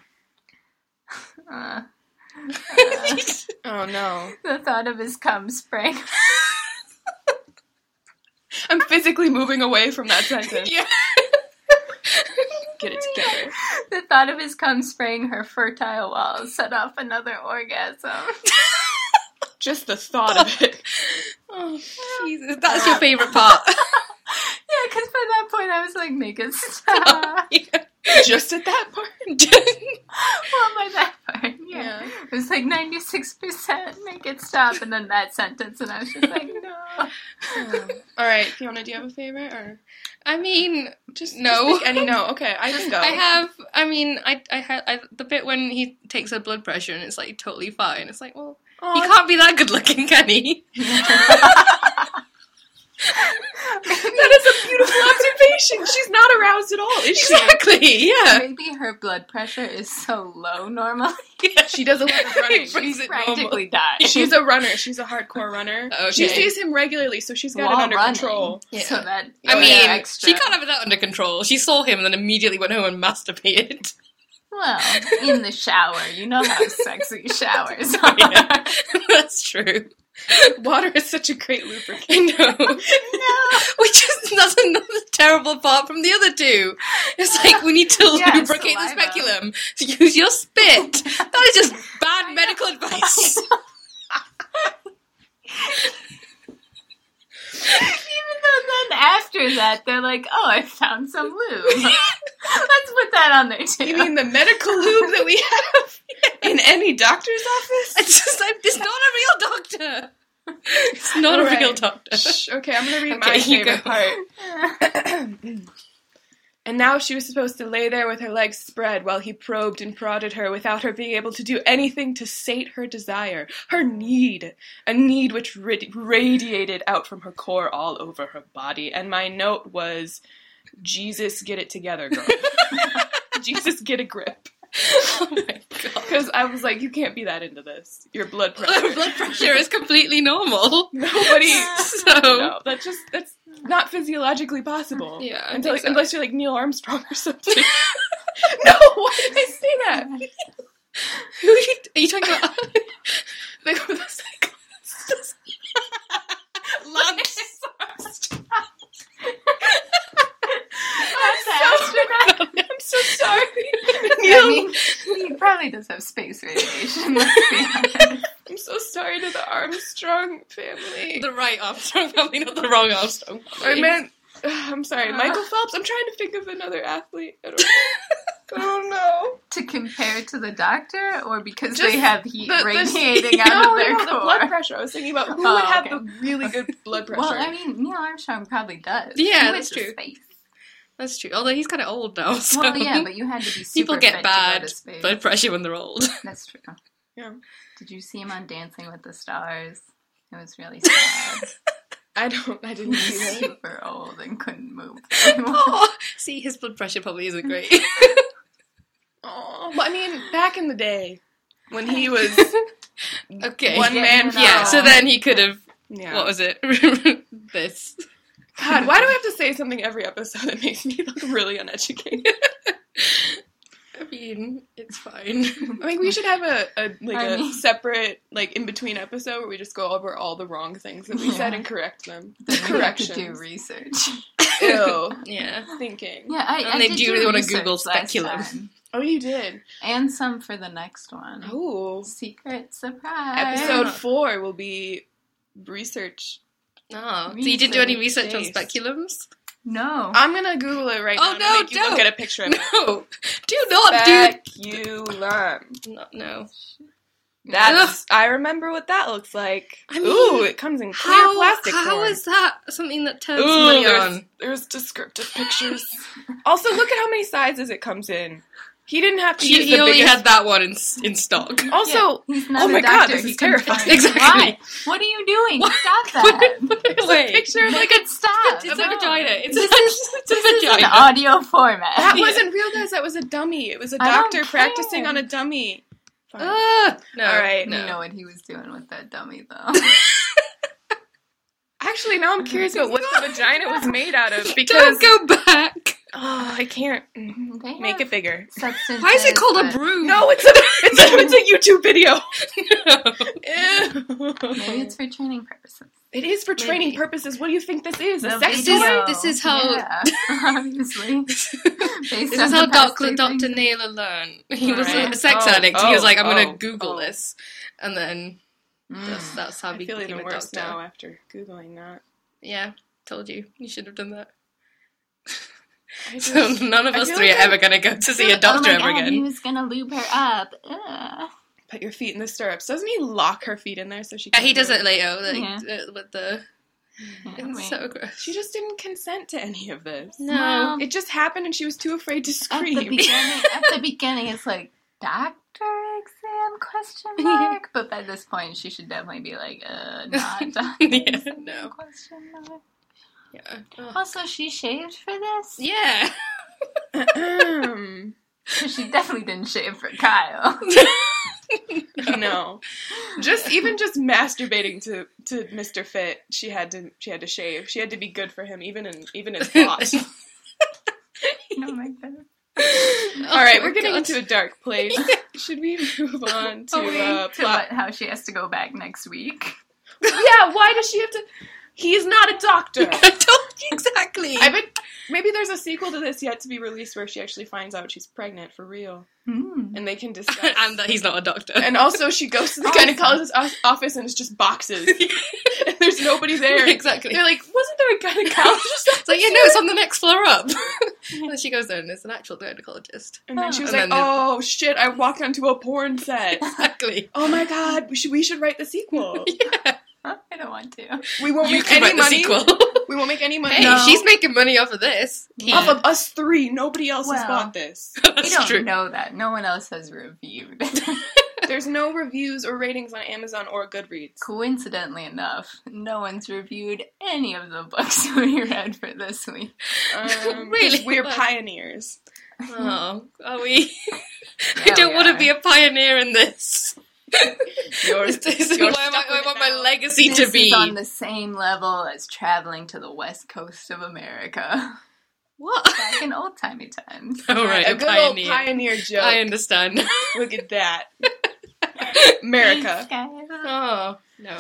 [SPEAKER 3] uh, uh,
[SPEAKER 2] I
[SPEAKER 1] Oh no,
[SPEAKER 3] the thought of his cum spray.
[SPEAKER 1] I'm physically moving away from that sentence.
[SPEAKER 2] Yeah.
[SPEAKER 1] Get it together.
[SPEAKER 3] the thought of his cum spraying her fertile walls set off another orgasm.
[SPEAKER 1] Just the thought of it. Ah.
[SPEAKER 2] oh, Jesus. That's your favourite part.
[SPEAKER 3] yeah, because by that point I was like, make it stop.
[SPEAKER 1] Just at that part.
[SPEAKER 3] well, by that part, yeah.
[SPEAKER 1] Yeah.
[SPEAKER 3] It was like 96% make it stop, and then that sentence, and I was just like, no.
[SPEAKER 1] All right, Fiona, do you have a favorite or
[SPEAKER 2] I mean,
[SPEAKER 1] just
[SPEAKER 2] No.
[SPEAKER 1] just pick any no? Okay, I can go.
[SPEAKER 2] I have. I mean, I, I had I, the bit when he takes her blood pressure and it's like totally fine. It's like, well,
[SPEAKER 1] Aw,
[SPEAKER 2] he can't be that good looking, can he?
[SPEAKER 1] that is a beautiful observation. She's not aroused at all, is she?
[SPEAKER 2] Exactly. Yeah.
[SPEAKER 3] Maybe her blood pressure is so low normally.
[SPEAKER 1] She does a lot of running.
[SPEAKER 2] She- Brings
[SPEAKER 3] She's
[SPEAKER 2] it
[SPEAKER 3] practically died.
[SPEAKER 1] She's a runner. She's a hardcore runner.
[SPEAKER 2] Okay.
[SPEAKER 1] She sees him regularly, so she's got
[SPEAKER 3] While
[SPEAKER 1] it under
[SPEAKER 3] running.
[SPEAKER 1] control.
[SPEAKER 2] Yeah.
[SPEAKER 3] So that
[SPEAKER 2] I
[SPEAKER 3] Oh, yeah,
[SPEAKER 2] mean,
[SPEAKER 3] extra.
[SPEAKER 2] she can't have that under control. She saw him and then immediately went home and masturbated.
[SPEAKER 3] well in the shower. You know how sexy showers are.
[SPEAKER 2] Yeah. That's true.
[SPEAKER 1] Water is such a great lubricant.
[SPEAKER 2] I know.
[SPEAKER 3] No.
[SPEAKER 2] Which is that's another terrible part from the other two. It's like we need to
[SPEAKER 3] Yeah,
[SPEAKER 2] lubricate the
[SPEAKER 3] saliva.
[SPEAKER 2] speculum. To use your spit. That is just bad medical advice.
[SPEAKER 3] Even though then after that they're like, oh, I found some lube. Let's put that on there too.
[SPEAKER 1] You mean the medical lube that we have in any doctor's office?
[SPEAKER 2] It's just like, it's not a real doctor. It's not a
[SPEAKER 1] Right.
[SPEAKER 2] real doctor.
[SPEAKER 1] Shh, okay, I'm gonna read
[SPEAKER 2] Okay,
[SPEAKER 1] my
[SPEAKER 2] you
[SPEAKER 1] favorite
[SPEAKER 2] go.
[SPEAKER 1] part. And now she was supposed to lay there with her legs spread while he probed and prodded her without her being able to do anything to sate her desire, her need, a need which radi- radiated out from her core all over her body. And my note was, Jesus, get it together, girl. Jesus, get a grip.
[SPEAKER 2] oh my god.
[SPEAKER 1] Because I was like, you can't be that into this. Your blood pressure.
[SPEAKER 2] Blood pressure is completely normal.
[SPEAKER 1] Nobody.
[SPEAKER 2] So
[SPEAKER 1] No, that's just that's not physiologically possible.
[SPEAKER 2] Yeah, I
[SPEAKER 1] until,
[SPEAKER 2] think so.
[SPEAKER 1] unless you're like Neil Armstrong or something. no, why did I say that?
[SPEAKER 2] who are you, are you talking about?
[SPEAKER 1] Like, with the psych-
[SPEAKER 2] Lance.
[SPEAKER 1] I'm so sorry.
[SPEAKER 3] I mean, he probably does have space radiation. Let's be honest.
[SPEAKER 1] I'm so sorry to the Armstrong family.
[SPEAKER 2] the right Armstrong family, not the wrong Armstrong.
[SPEAKER 1] I
[SPEAKER 2] family.
[SPEAKER 1] meant. I'm sorry,
[SPEAKER 3] Uh-huh.
[SPEAKER 1] Michael Phelps. I'm trying to think of another athlete. I don't, I don't know. Oh,
[SPEAKER 3] to compare to the doctor, or because
[SPEAKER 1] Just
[SPEAKER 3] they have heat
[SPEAKER 1] the- the-
[SPEAKER 3] radiating
[SPEAKER 1] No,
[SPEAKER 3] out of their
[SPEAKER 1] no, the
[SPEAKER 3] core.
[SPEAKER 1] blood pressure. I was thinking about who
[SPEAKER 3] Oh,
[SPEAKER 1] would have
[SPEAKER 3] okay.
[SPEAKER 1] the really good blood pressure.
[SPEAKER 3] Well, I mean, Neil Armstrong probably does.
[SPEAKER 2] Yeah,
[SPEAKER 3] He
[SPEAKER 2] that's
[SPEAKER 3] was
[SPEAKER 2] true.
[SPEAKER 3] to Space.
[SPEAKER 2] That's true. Although he's kind of old now, so
[SPEAKER 3] Well, yeah, but you had to be super
[SPEAKER 2] people get
[SPEAKER 3] fit To go
[SPEAKER 2] bad
[SPEAKER 3] to space.
[SPEAKER 2] blood pressure when they're old.
[SPEAKER 3] That's true.
[SPEAKER 1] Yeah.
[SPEAKER 3] Did you see him on Dancing with the Stars? It was really sad.
[SPEAKER 1] I don't. I
[SPEAKER 3] he
[SPEAKER 1] didn't
[SPEAKER 3] was
[SPEAKER 1] see that.
[SPEAKER 3] super old and couldn't move.
[SPEAKER 2] oh, see, his blood pressure probably isn't great.
[SPEAKER 1] Oh, well, I mean, back in the day when he was
[SPEAKER 2] okay.
[SPEAKER 1] one
[SPEAKER 3] Yeah,
[SPEAKER 1] man.
[SPEAKER 3] no.
[SPEAKER 2] yeah. So
[SPEAKER 1] that
[SPEAKER 2] then he could have.
[SPEAKER 1] yeah.
[SPEAKER 2] What was it? this.
[SPEAKER 1] God, why do I have to say something every episode that makes me look really uneducated?
[SPEAKER 2] I mean, it's fine.
[SPEAKER 1] I think we should have a, a like
[SPEAKER 3] I
[SPEAKER 1] a
[SPEAKER 3] mean-
[SPEAKER 1] separate like in between episode where we just go over all the wrong things that we said
[SPEAKER 3] Yeah.
[SPEAKER 1] and correct them.
[SPEAKER 3] Then we have to do
[SPEAKER 1] Corrections.
[SPEAKER 3] research.
[SPEAKER 1] Ew.
[SPEAKER 2] yeah.
[SPEAKER 1] Thinking.
[SPEAKER 3] Yeah, I,
[SPEAKER 2] And
[SPEAKER 3] I
[SPEAKER 2] they
[SPEAKER 3] did
[SPEAKER 2] do
[SPEAKER 3] do
[SPEAKER 2] really wanna
[SPEAKER 3] research
[SPEAKER 2] Google
[SPEAKER 3] last
[SPEAKER 2] speculum.
[SPEAKER 3] time.
[SPEAKER 1] Oh, you did.
[SPEAKER 3] and some for the next one.
[SPEAKER 1] Oh.
[SPEAKER 3] Secret surprise
[SPEAKER 1] Episode
[SPEAKER 2] Yeah.
[SPEAKER 1] four will be research.
[SPEAKER 2] Oh, so you didn't do any research on
[SPEAKER 1] Research.
[SPEAKER 2] speculums?
[SPEAKER 3] No,
[SPEAKER 2] Uh,
[SPEAKER 1] I'm gonna Google it right
[SPEAKER 2] Oh,
[SPEAKER 1] now.
[SPEAKER 2] no,
[SPEAKER 1] to make you look
[SPEAKER 2] don't.
[SPEAKER 1] at a picture of it.
[SPEAKER 2] No, do not
[SPEAKER 1] Speculum.
[SPEAKER 2] do. No, no.
[SPEAKER 1] That's. I remember what that looks like.
[SPEAKER 2] I mean,
[SPEAKER 1] Ooh, it comes in clear
[SPEAKER 2] How-
[SPEAKER 1] plastic.
[SPEAKER 2] how
[SPEAKER 1] form.
[SPEAKER 2] is that something that turns
[SPEAKER 1] Ooh,
[SPEAKER 2] money
[SPEAKER 1] there's,
[SPEAKER 2] on?
[SPEAKER 1] there's descriptive pictures. also, look at how many sizes it comes in. He didn't have to
[SPEAKER 2] He,
[SPEAKER 1] use
[SPEAKER 2] he
[SPEAKER 1] the
[SPEAKER 2] only
[SPEAKER 1] biggest.
[SPEAKER 2] had that one in s- in stock.
[SPEAKER 1] also,
[SPEAKER 3] Yeah, he's not
[SPEAKER 1] oh
[SPEAKER 3] a
[SPEAKER 1] my God,
[SPEAKER 3] doctor.
[SPEAKER 1] this
[SPEAKER 3] He
[SPEAKER 1] is
[SPEAKER 3] can
[SPEAKER 1] terrifying.
[SPEAKER 3] tell you
[SPEAKER 2] Exactly.
[SPEAKER 3] why. What are you doing?
[SPEAKER 2] What?
[SPEAKER 3] Stop that.
[SPEAKER 1] there's
[SPEAKER 2] Wait.
[SPEAKER 1] a picture. of,
[SPEAKER 3] Make
[SPEAKER 1] Like
[SPEAKER 3] it stop.
[SPEAKER 2] It's a
[SPEAKER 3] No.
[SPEAKER 2] vagina. It's a,
[SPEAKER 3] This
[SPEAKER 2] it's a
[SPEAKER 3] This is an
[SPEAKER 2] vagina.
[SPEAKER 3] audio format.
[SPEAKER 1] that
[SPEAKER 2] Yeah.
[SPEAKER 1] wasn't real, guys. That was a dummy. It was a
[SPEAKER 3] I don't
[SPEAKER 1] doctor practicing
[SPEAKER 3] care.
[SPEAKER 1] on a dummy. Fine.
[SPEAKER 2] Ah, no,
[SPEAKER 1] All right.
[SPEAKER 3] You know
[SPEAKER 2] No.
[SPEAKER 3] what he was doing with that dummy, though.
[SPEAKER 1] Actually, now I'm curious about what the vagina was made out of because
[SPEAKER 2] Don't go back.
[SPEAKER 1] oh, I can't
[SPEAKER 3] They
[SPEAKER 1] make
[SPEAKER 3] have
[SPEAKER 1] it bigger.
[SPEAKER 3] substances
[SPEAKER 2] Why is it called
[SPEAKER 3] that-
[SPEAKER 2] a broom?
[SPEAKER 1] No, it's a it's a, it's a YouTube video.
[SPEAKER 3] Maybe it's for training purposes.
[SPEAKER 1] It is for training
[SPEAKER 2] Maybe.
[SPEAKER 1] purposes. What do you think this is? A
[SPEAKER 3] The
[SPEAKER 1] sex
[SPEAKER 2] video.
[SPEAKER 1] toy?
[SPEAKER 2] This is how-
[SPEAKER 3] Yeah, obviously. Based
[SPEAKER 2] This
[SPEAKER 3] on
[SPEAKER 2] is how
[SPEAKER 3] the past
[SPEAKER 2] Doctor
[SPEAKER 3] two
[SPEAKER 2] Doctor
[SPEAKER 3] things.
[SPEAKER 2] Naylor learned. He was a
[SPEAKER 1] Right.
[SPEAKER 2] sex
[SPEAKER 1] Oh,
[SPEAKER 2] addict. and he was
[SPEAKER 1] oh,
[SPEAKER 2] like, "I'm
[SPEAKER 1] oh,
[SPEAKER 2] gonna Google
[SPEAKER 1] oh.
[SPEAKER 2] this," and then that's,
[SPEAKER 3] Mm.
[SPEAKER 2] that's how
[SPEAKER 1] I
[SPEAKER 2] we
[SPEAKER 1] feel
[SPEAKER 2] became
[SPEAKER 1] even
[SPEAKER 2] a
[SPEAKER 1] worse
[SPEAKER 2] doctor.
[SPEAKER 1] now after googling that.
[SPEAKER 2] Yeah, told you. You should have done that.
[SPEAKER 1] I
[SPEAKER 2] So
[SPEAKER 1] just-
[SPEAKER 2] none of
[SPEAKER 1] I
[SPEAKER 2] us
[SPEAKER 1] feel
[SPEAKER 2] three
[SPEAKER 1] like
[SPEAKER 2] are ever gonna go to see a doctor
[SPEAKER 3] oh my
[SPEAKER 2] ever
[SPEAKER 3] God, He
[SPEAKER 2] again.
[SPEAKER 3] was gonna lube her up. Ugh.
[SPEAKER 1] put your feet in the stirrups. Doesn't he lock her feet in there so she?
[SPEAKER 2] Yeah, he
[SPEAKER 1] can't
[SPEAKER 2] does
[SPEAKER 1] move?
[SPEAKER 2] it later, like
[SPEAKER 3] Yeah.
[SPEAKER 2] uh, with the.
[SPEAKER 3] Yeah,
[SPEAKER 2] It's
[SPEAKER 3] wait.
[SPEAKER 2] so gross.
[SPEAKER 1] She just didn't consent to any of this.
[SPEAKER 2] No,
[SPEAKER 3] Well,
[SPEAKER 1] It just happened, and she was too afraid to
[SPEAKER 3] at the
[SPEAKER 1] scream.
[SPEAKER 3] beginning, at the beginning, it's like doctor exam question
[SPEAKER 2] Yeah.
[SPEAKER 3] mark. But by this point, she should definitely be like, uh, not doctor
[SPEAKER 2] Yeah,
[SPEAKER 3] exam
[SPEAKER 2] no.
[SPEAKER 3] question mark.
[SPEAKER 2] yeah,
[SPEAKER 3] Also, she shaved for this.
[SPEAKER 2] yeah.
[SPEAKER 1] Ahem.
[SPEAKER 3] she definitely didn't shave for Kyle.
[SPEAKER 1] no, just even just masturbating to to Mr. Fit, she had to she had to shave. She had to be good for him, even in even in thought.
[SPEAKER 3] oh my god.
[SPEAKER 2] Oh
[SPEAKER 1] All right, we're getting into a dark place. Should we move on to
[SPEAKER 3] Oh, wait,
[SPEAKER 1] uh,
[SPEAKER 3] to
[SPEAKER 1] plot
[SPEAKER 3] what- how she has to go back next week.
[SPEAKER 1] Yeah, why does she have to? He's not a doctor.
[SPEAKER 2] I told you exactly.
[SPEAKER 1] I bet maybe there's a sequel to this yet to be released where she actually finds out she's pregnant for real,
[SPEAKER 3] Hmm.
[SPEAKER 1] and they can discuss.
[SPEAKER 2] and that he's not a doctor.
[SPEAKER 1] And also, she goes to the gynecologist's o- office and it's just boxes. and there's nobody there.
[SPEAKER 2] exactly.
[SPEAKER 1] They're like, wasn't there a gynecologist?
[SPEAKER 2] It's like, yeah, no, it's on the next floor up. and then she goes there and there's an actual gynecologist.
[SPEAKER 1] And then she was like,
[SPEAKER 2] And then the-
[SPEAKER 1] oh shit, I walked onto a porn set.
[SPEAKER 2] Exactly.
[SPEAKER 1] Oh my god, we should we should write the sequel.
[SPEAKER 2] Yeah.
[SPEAKER 3] I don't want to.
[SPEAKER 1] We won't
[SPEAKER 2] you
[SPEAKER 1] make
[SPEAKER 2] can
[SPEAKER 1] any
[SPEAKER 2] write the
[SPEAKER 1] money.
[SPEAKER 2] sequel.
[SPEAKER 1] We won't make any money.
[SPEAKER 2] Hey,
[SPEAKER 3] No.
[SPEAKER 2] she's making money off of this.
[SPEAKER 3] Yeah.
[SPEAKER 1] Off of us three, nobody else has
[SPEAKER 3] Well.
[SPEAKER 1] bought this.
[SPEAKER 3] We
[SPEAKER 2] That's
[SPEAKER 3] don't
[SPEAKER 2] true.
[SPEAKER 3] know that. No one else has reviewed.
[SPEAKER 1] There's no reviews or ratings on Amazon or Goodreads.
[SPEAKER 3] Coincidentally enough, no one's reviewed any of the books we read for this week.
[SPEAKER 1] Um,
[SPEAKER 2] Really?
[SPEAKER 1] 'cause We're
[SPEAKER 2] Like-
[SPEAKER 1] pioneers.
[SPEAKER 2] Oh, are we? I
[SPEAKER 3] Yeah,
[SPEAKER 2] don't
[SPEAKER 3] we
[SPEAKER 2] want to
[SPEAKER 3] are.
[SPEAKER 2] be a pioneer in this.
[SPEAKER 1] You're,
[SPEAKER 2] This, this is
[SPEAKER 1] you're
[SPEAKER 2] where my,
[SPEAKER 1] stuck
[SPEAKER 2] where
[SPEAKER 1] with it
[SPEAKER 2] my
[SPEAKER 1] now.
[SPEAKER 2] legacy
[SPEAKER 3] This
[SPEAKER 2] to be.
[SPEAKER 3] is on the same level as traveling to the west coast of America
[SPEAKER 2] What?
[SPEAKER 3] back in old timey times.
[SPEAKER 2] All Oh, right,
[SPEAKER 1] a
[SPEAKER 2] a,
[SPEAKER 1] good old
[SPEAKER 2] pioneer.
[SPEAKER 1] pioneer joke.
[SPEAKER 2] I understand.
[SPEAKER 1] Look at that. America.
[SPEAKER 2] oh no,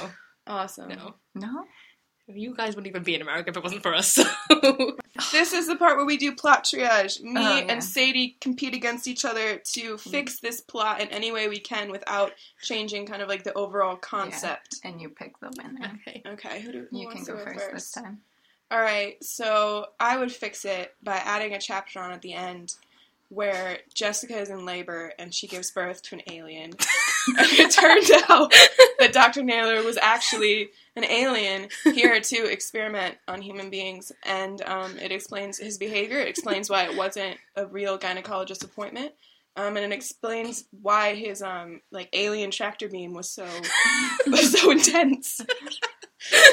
[SPEAKER 1] Awesome.
[SPEAKER 2] no.
[SPEAKER 3] No,
[SPEAKER 2] Um, You guys wouldn't even be in America if it wasn't for us.
[SPEAKER 1] This is the part where we do plot triage. Me
[SPEAKER 3] Oh, yeah. Mm-hmm.
[SPEAKER 1] and Sadie compete against each other to fix this plot in any way we can without changing kind of like the overall concept.
[SPEAKER 3] and you pick the winner.
[SPEAKER 2] okay.
[SPEAKER 1] Okay, who do who
[SPEAKER 3] You can
[SPEAKER 1] wants
[SPEAKER 3] go
[SPEAKER 1] to
[SPEAKER 3] first, this time.
[SPEAKER 1] All right, so I would fix it by adding a chapter on at the end where Jessica is in labor and she gives birth to an alien. and it turned out that Dr. Naylor was actually an alien here to experiment on human beings, and um, it explains his behavior. It explains why it wasn't a real gynecologist appointment. Um, and it explains why his um, like alien tractor beam was so was so intense.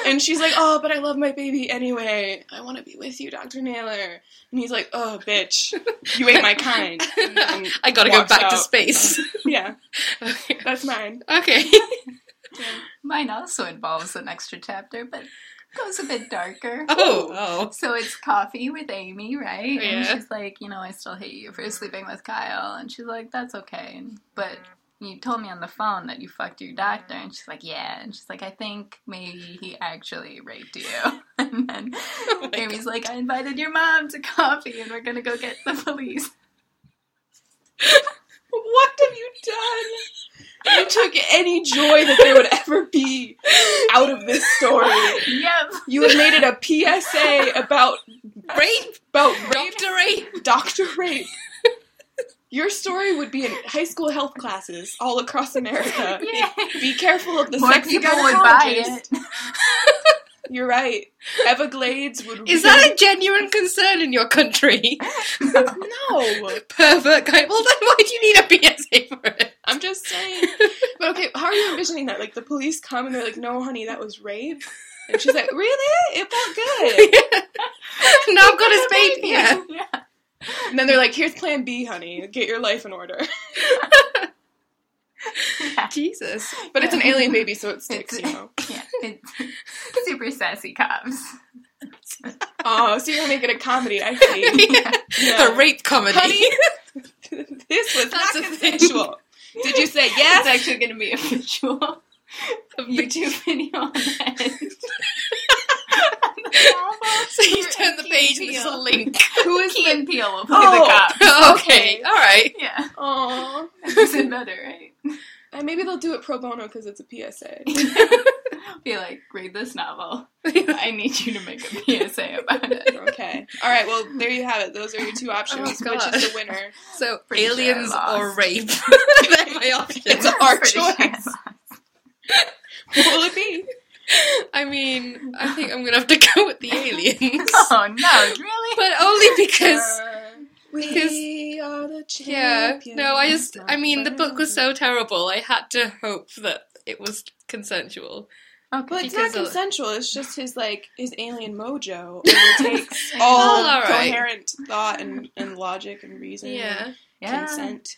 [SPEAKER 1] And she's like, "Oh, but I love my baby anyway. I want to be with you, Doctor Naylor." And he's like, "Oh, bitch, you ain't my kind." And
[SPEAKER 2] I gotta go
[SPEAKER 1] walks
[SPEAKER 2] back to
[SPEAKER 1] out.
[SPEAKER 2] space.
[SPEAKER 1] Yeah,
[SPEAKER 2] okay.
[SPEAKER 1] that's mine.
[SPEAKER 2] Okay.
[SPEAKER 3] Mine also involves an extra chapter, but goes a bit darker.
[SPEAKER 2] Oh.
[SPEAKER 3] So it's coffee with Amy, right? And
[SPEAKER 2] Yeah.
[SPEAKER 3] she's like, you know, I still hate you for sleeping with Kyle. And she's like, that's okay. But you told me on the phone that you fucked your doctor. And she's like, yeah. And she's like, I think maybe he actually raped you. And then
[SPEAKER 2] Oh my
[SPEAKER 3] Amy's like, I invited your mom to coffee and we're going to go get the police.
[SPEAKER 1] What have you done? You took any joy that there would ever be
[SPEAKER 2] Oh.
[SPEAKER 1] out of this story.
[SPEAKER 3] Yep.
[SPEAKER 1] You have made it a PSA about
[SPEAKER 2] Rape.
[SPEAKER 1] about
[SPEAKER 2] Doctor rape.
[SPEAKER 1] Doctor Rape. Your story would be in high school health classes all across America.
[SPEAKER 3] Yay.
[SPEAKER 1] Be careful of the
[SPEAKER 3] More
[SPEAKER 1] sexy
[SPEAKER 3] people would buy
[SPEAKER 1] gynecologist.
[SPEAKER 3] it.
[SPEAKER 1] You're right. Everglades would.
[SPEAKER 2] Is that a genuine concern in your country?
[SPEAKER 1] no?
[SPEAKER 2] Pervert guy. Well, then why do you need a PSA for it?
[SPEAKER 1] I'm just saying. But okay, how are you envisioning that? Like the police come and they're like, "No, honey, that was rape," and she's like, "Really? It felt good."
[SPEAKER 2] now I've got his baby. Yeah.
[SPEAKER 3] Yeah.
[SPEAKER 1] And then they're like, "Here's Plan B, honey. Get your life in order."
[SPEAKER 2] Jesus.
[SPEAKER 1] But it's an alien baby, so it sticks,
[SPEAKER 3] It's-
[SPEAKER 1] you know.
[SPEAKER 3] yeah. It's super sassy cops.
[SPEAKER 1] Oh, so you're gonna make it a comedy? I see.
[SPEAKER 2] A rape comedy.
[SPEAKER 1] Honey, this was
[SPEAKER 2] That's
[SPEAKER 1] not
[SPEAKER 2] a thing.
[SPEAKER 1] consensual. Did you say yes?
[SPEAKER 3] It's actually going to be a visual YouTube video on that.
[SPEAKER 2] So you turn the page and there's a link.
[SPEAKER 1] Who is
[SPEAKER 3] Key and Peele will play
[SPEAKER 1] Oh.
[SPEAKER 3] the cop.
[SPEAKER 2] okay.
[SPEAKER 1] Okay.
[SPEAKER 2] All right.
[SPEAKER 3] Yeah,
[SPEAKER 1] Aw.
[SPEAKER 3] isn't better, right?
[SPEAKER 1] And maybe they'll do it pro bono because it's a PSA.
[SPEAKER 3] Be like, read this novel. I need you to make a PSA about it.
[SPEAKER 1] Okay. All right. Well, there you have it. Those are your two options.
[SPEAKER 2] Oh,
[SPEAKER 1] Which
[SPEAKER 2] God.
[SPEAKER 1] is the winner?
[SPEAKER 2] So
[SPEAKER 3] Pretty sure I
[SPEAKER 2] aliens
[SPEAKER 3] lost.
[SPEAKER 2] or rape. They're my options.
[SPEAKER 1] It's a hard
[SPEAKER 3] Pretty sure.
[SPEAKER 1] choice. What will it be?
[SPEAKER 2] I mean, I think I'm gonna have to go with the aliens,
[SPEAKER 3] Oh no, really?
[SPEAKER 2] but only because.
[SPEAKER 1] Uh, we are the champions.
[SPEAKER 2] Yeah, no, I just, I mean, the book was so terrible, I had to hope that it was consensual.
[SPEAKER 1] But
[SPEAKER 3] Okay.
[SPEAKER 1] it's not
[SPEAKER 2] Because of-
[SPEAKER 1] consensual. It's just his like his alien mojo overtakes all
[SPEAKER 2] Well, Oh, all right.
[SPEAKER 1] coherent thought and, and logic and reason. and
[SPEAKER 2] Yeah.
[SPEAKER 3] Yeah,
[SPEAKER 1] Consent.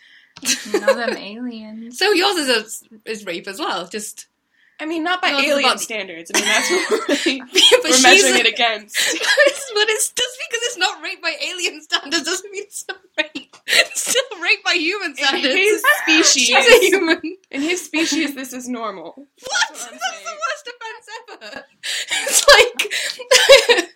[SPEAKER 3] you know them aliens.
[SPEAKER 2] So yours is a, is rape as well, just.
[SPEAKER 1] I mean, not by
[SPEAKER 2] No, it's
[SPEAKER 1] alien
[SPEAKER 2] about-
[SPEAKER 1] standards. I mean, that's what we're, really,
[SPEAKER 2] but
[SPEAKER 1] we're
[SPEAKER 2] she's
[SPEAKER 1] measuring
[SPEAKER 2] a-
[SPEAKER 1] it against.
[SPEAKER 2] but it's just because it's not rape by alien standards doesn't mean it's not rape. It's still rape by human
[SPEAKER 1] His
[SPEAKER 2] standards.
[SPEAKER 1] species.
[SPEAKER 2] She's a human.
[SPEAKER 1] In his species, this is normal.
[SPEAKER 2] What?
[SPEAKER 1] That's
[SPEAKER 2] That's,
[SPEAKER 1] what I'm saying.
[SPEAKER 2] the worst offense ever. It's like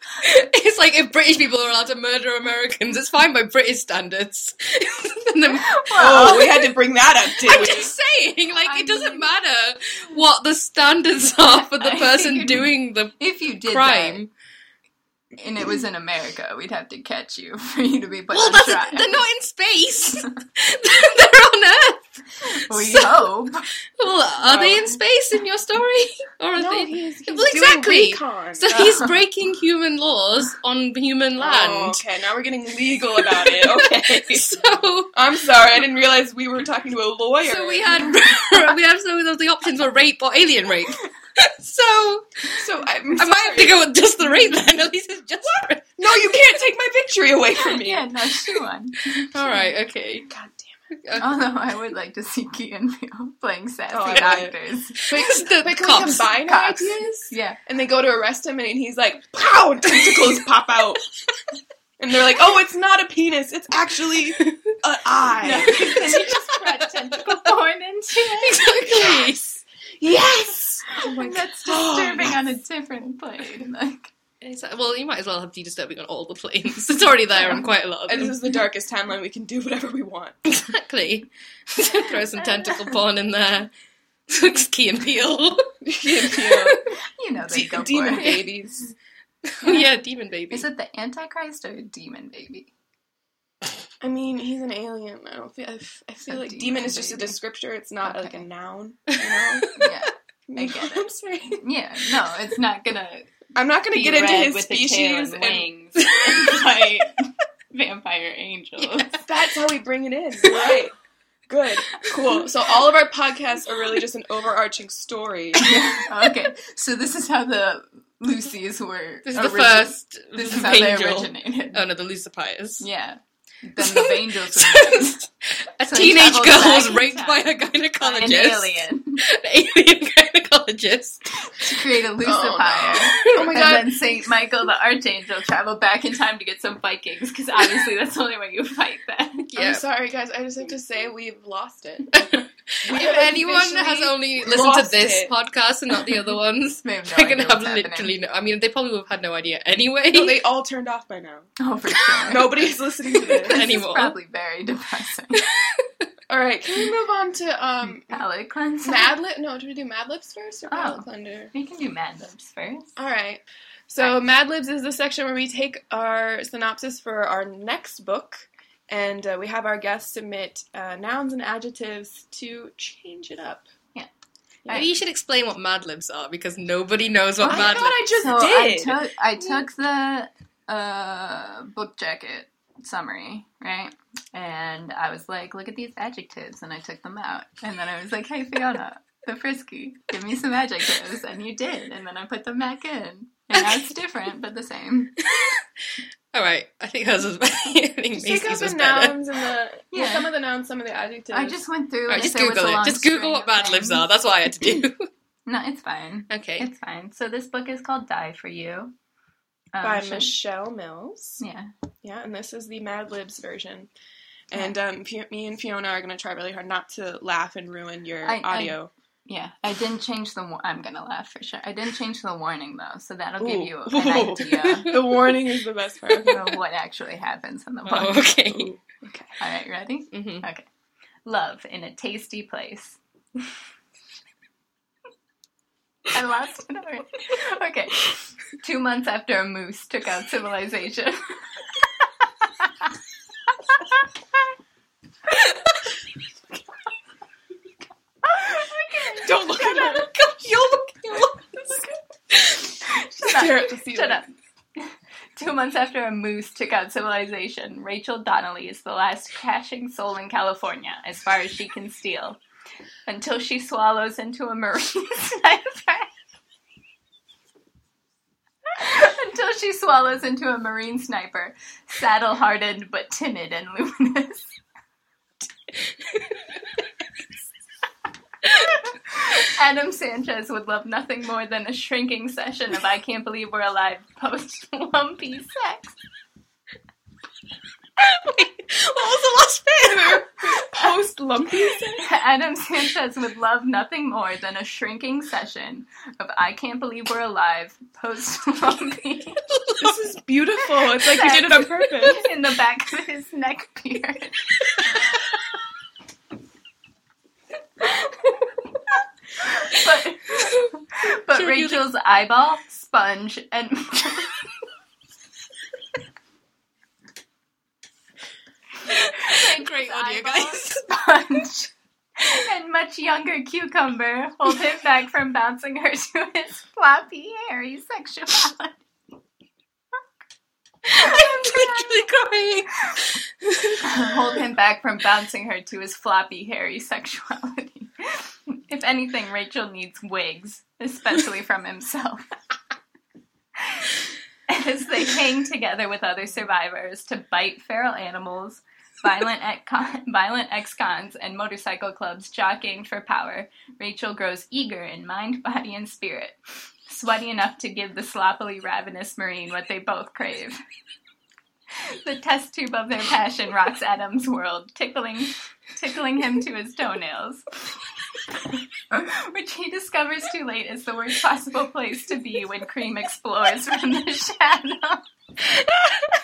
[SPEAKER 2] it's like if British people are allowed to murder Americans, it's fine by British standards. And then-
[SPEAKER 1] Oh, we had to bring that up, did
[SPEAKER 2] I'm
[SPEAKER 1] we?
[SPEAKER 2] just saying, like
[SPEAKER 3] I
[SPEAKER 2] it doesn't
[SPEAKER 3] mean-
[SPEAKER 2] matter what the standards are for the
[SPEAKER 3] I
[SPEAKER 2] person
[SPEAKER 3] figured-
[SPEAKER 2] doing the
[SPEAKER 3] If you did that,
[SPEAKER 2] crime.
[SPEAKER 3] and it was in America, we'd have to catch you for you to be put
[SPEAKER 2] well,
[SPEAKER 3] on
[SPEAKER 2] that's,
[SPEAKER 3] trial.
[SPEAKER 2] they're not in space. they're on Earth.
[SPEAKER 3] we
[SPEAKER 2] so-
[SPEAKER 3] hope.
[SPEAKER 2] Well, are they
[SPEAKER 1] No.
[SPEAKER 2] in space in your story? Or are they?
[SPEAKER 1] he's,
[SPEAKER 2] Well, exactly.
[SPEAKER 1] recon.
[SPEAKER 2] So he's breaking human laws on human
[SPEAKER 1] Oh,
[SPEAKER 2] land.
[SPEAKER 1] okay, now we're getting legal about it. Okay.
[SPEAKER 2] So,
[SPEAKER 1] I'm sorry, I didn't realize we were talking to a lawyer.
[SPEAKER 2] so we had we had some of the options were rape or alien rape. So
[SPEAKER 1] So I'm
[SPEAKER 2] I might have
[SPEAKER 1] sorry.
[SPEAKER 2] to go with just the rape then. At least it's just rape.
[SPEAKER 1] No, you can't take my victory away from me.
[SPEAKER 3] Yeah, no, she won.
[SPEAKER 2] all right. Okay. Uh,
[SPEAKER 1] God damn
[SPEAKER 2] Oh,
[SPEAKER 3] Although I would like to see Key and Peele playing sassy
[SPEAKER 1] Oh, I would.
[SPEAKER 3] actors.
[SPEAKER 2] It's the
[SPEAKER 1] it. But can we
[SPEAKER 2] cops.
[SPEAKER 1] combine our
[SPEAKER 3] Cops.
[SPEAKER 1] ideas?
[SPEAKER 3] Yeah.
[SPEAKER 1] And they go to arrest him, and he's like, "Pow!" Tentacles pop out, and they're like, "Oh, it's not a penis. It's actually an eye."
[SPEAKER 3] Can you just spread tentacle porn into it?
[SPEAKER 2] Exactly.
[SPEAKER 1] Yes.
[SPEAKER 3] And that's
[SPEAKER 1] God.
[SPEAKER 3] disturbing on a different plane. Like,
[SPEAKER 2] It's like- well, you might as well have de-disturbing on all the planes. It's already there on quite a lot of
[SPEAKER 1] And this
[SPEAKER 2] them.
[SPEAKER 1] is the darkest timeline. We can do whatever we want.
[SPEAKER 2] Exactly. Throw some tentacle porn in there. Looks Key and Peele.
[SPEAKER 1] you
[SPEAKER 3] you know, they
[SPEAKER 1] know,
[SPEAKER 3] go
[SPEAKER 1] demon
[SPEAKER 3] for it.
[SPEAKER 1] babies.
[SPEAKER 2] Oh yeah, demon baby.
[SPEAKER 3] Is it the Antichrist or a demon baby?
[SPEAKER 1] I mean, he's an alien. I don't feel. I, f- I feel
[SPEAKER 3] A
[SPEAKER 1] like demon,
[SPEAKER 3] demon
[SPEAKER 1] is just a
[SPEAKER 3] baby.
[SPEAKER 1] descriptor. It's not like a
[SPEAKER 3] Okay.
[SPEAKER 1] noun. You know.
[SPEAKER 3] Yeah.
[SPEAKER 1] I
[SPEAKER 3] get
[SPEAKER 1] am sorry.
[SPEAKER 3] Yeah, no, it's not gonna
[SPEAKER 1] I'm not going to
[SPEAKER 3] be
[SPEAKER 1] get into
[SPEAKER 3] red
[SPEAKER 1] his
[SPEAKER 3] with
[SPEAKER 1] species.
[SPEAKER 3] a tail and,
[SPEAKER 1] and-
[SPEAKER 3] wings and fight vampire angels.
[SPEAKER 1] That's how we bring it in. Right. Good. Cool. So all of our podcasts are really just an overarching story.
[SPEAKER 3] okay, so this is how the Lucy's were.
[SPEAKER 2] This is the
[SPEAKER 3] origin-
[SPEAKER 2] first.
[SPEAKER 3] This is how they
[SPEAKER 2] angel.
[SPEAKER 3] originated.
[SPEAKER 2] Oh no, the Lucifiers.
[SPEAKER 3] Yeah. Then the angels were made
[SPEAKER 2] a
[SPEAKER 3] So he
[SPEAKER 2] teenage
[SPEAKER 3] travels
[SPEAKER 2] girl
[SPEAKER 3] back
[SPEAKER 2] was
[SPEAKER 3] in
[SPEAKER 2] raped
[SPEAKER 3] time
[SPEAKER 2] by a
[SPEAKER 3] by
[SPEAKER 2] gynecologist.
[SPEAKER 3] an alien
[SPEAKER 2] An alien gynecologist.
[SPEAKER 3] to create a Lucifier.
[SPEAKER 1] Oh my
[SPEAKER 3] and
[SPEAKER 1] god.
[SPEAKER 3] then Saint Michael the Archangel traveled back in time to get some Vikings, because obviously that's the only way you fight that.
[SPEAKER 2] Yeah.
[SPEAKER 1] I'm sorry, guys. I just have to say we've lost it. We
[SPEAKER 2] If
[SPEAKER 1] have
[SPEAKER 2] anyone has
[SPEAKER 1] officially-
[SPEAKER 2] only listened to
[SPEAKER 1] lost
[SPEAKER 2] this
[SPEAKER 1] it.
[SPEAKER 2] podcast and not the other ones,
[SPEAKER 3] They have no
[SPEAKER 2] they're
[SPEAKER 3] idea
[SPEAKER 2] gonna have
[SPEAKER 3] what's happening.
[SPEAKER 2] literally no. I mean, they probably would have had no idea anyway.
[SPEAKER 1] No, they all turned off by now.
[SPEAKER 3] Oh, for sure.
[SPEAKER 1] Nobody's listening to
[SPEAKER 3] This
[SPEAKER 1] this.
[SPEAKER 3] is
[SPEAKER 2] anymore.
[SPEAKER 3] probably very depressing.
[SPEAKER 1] All right. Can we move on to um
[SPEAKER 3] Palate cleanser.
[SPEAKER 1] Mad Lib? No, do we do Mad Libs first or Palette
[SPEAKER 3] Oh.
[SPEAKER 1] Cleanser?
[SPEAKER 3] We can do Mad Libs first.
[SPEAKER 1] All right. So Mad Libs is the section where we take our synopsis for our next book, and uh, we have our guests submit uh, nouns and adjectives to change it up.
[SPEAKER 2] Maybe you should explain what Mad Libs are because nobody knows what
[SPEAKER 1] I
[SPEAKER 2] Mad
[SPEAKER 1] thought I
[SPEAKER 2] Libs.
[SPEAKER 1] just
[SPEAKER 3] so
[SPEAKER 1] did. Mm.
[SPEAKER 3] I took I took the uh, book jacket summary, right? And I was like, look at these adjectives, and I took them out. And then I was like, hey Fiona, the frisky, give me some adjectives, and you did. And then I put them back in. And now it's different, but the same.
[SPEAKER 2] All right, I think hers was. I think
[SPEAKER 1] Just take out
[SPEAKER 2] Macy's was
[SPEAKER 1] the
[SPEAKER 2] better.
[SPEAKER 1] nouns and the well,
[SPEAKER 3] Yeah.
[SPEAKER 1] some of the nouns, some of the adjectives.
[SPEAKER 3] I just went through.
[SPEAKER 2] All right,
[SPEAKER 3] and
[SPEAKER 2] just
[SPEAKER 3] there was a
[SPEAKER 2] Google it.
[SPEAKER 3] long
[SPEAKER 2] Just Google
[SPEAKER 3] string
[SPEAKER 2] what
[SPEAKER 3] of
[SPEAKER 2] Mad Libs
[SPEAKER 3] things.
[SPEAKER 2] are. That's what I had to do.
[SPEAKER 3] No, it's fine.
[SPEAKER 2] okay.
[SPEAKER 3] It's fine. So this book is called Die for You. Um,
[SPEAKER 1] by
[SPEAKER 3] should-
[SPEAKER 1] Michelle Mills.
[SPEAKER 3] Yeah.
[SPEAKER 1] Yeah, and this is the Mad Libs version. And um, Fi- me and Fiona are going to try really hard not to laugh and ruin your
[SPEAKER 3] I- I-
[SPEAKER 1] audio.
[SPEAKER 3] Yeah, I didn't change the. War- I'm gonna laugh for sure. I didn't change the warning though, so that'll give
[SPEAKER 1] Ooh.
[SPEAKER 3] you an idea
[SPEAKER 1] the warning is the best part.
[SPEAKER 3] of what actually happens in the book.
[SPEAKER 2] Oh, okay.
[SPEAKER 1] Ooh.
[SPEAKER 3] All right, ready?
[SPEAKER 2] Mhm.
[SPEAKER 3] Love in a tasty place. I lost it already. Okay, two months after a moose took out civilization.
[SPEAKER 1] Don't look at her.
[SPEAKER 2] You're looking.
[SPEAKER 3] Shut up.
[SPEAKER 1] Stare at the ceiling.
[SPEAKER 3] Shut up. Two months after a moose took out civilization, Rachel Donnelly is the last crashing soul in California, as far as she can steal, until she swallows into a marine sniper. until she swallows into a marine sniper, saddle hardened but timid and luminous. Adam Sanchez would love nothing more than a shrinking session of I Can't Believe We're Alive post lumpy sex.
[SPEAKER 2] What was the last bit?
[SPEAKER 1] Post lumpy.
[SPEAKER 3] Adam Sanchez would love nothing more than a shrinking session of I Can't Believe We're Alive post lumpy
[SPEAKER 1] This is beautiful. It's like you did it on purpose.
[SPEAKER 3] in the back of his neck beard. but but
[SPEAKER 2] Should you-
[SPEAKER 3] Rachel's eyeball, sponge, and
[SPEAKER 2] that great audio, guys?
[SPEAKER 3] Sponge and much younger cucumber hold him back from bouncing her to his floppy, hairy sexuality.
[SPEAKER 2] I'm literally crying.
[SPEAKER 3] hold him back from bouncing her to his floppy, hairy sexuality. if anything, Rachel needs wigs, especially from himself. As they hang together with other survivors to bite feral animals, violent, ex- violent ex-cons, and motorcycle clubs jockeying for power, Rachel grows eager in mind, body, and spirit, sweaty enough to give the sloppily ravenous Marine what they both crave. The test tube of their passion rocks Adam's world, tickling, tickling him to his toenails, which he discovers too late is the worst possible place to be when Cream explores from the shadow.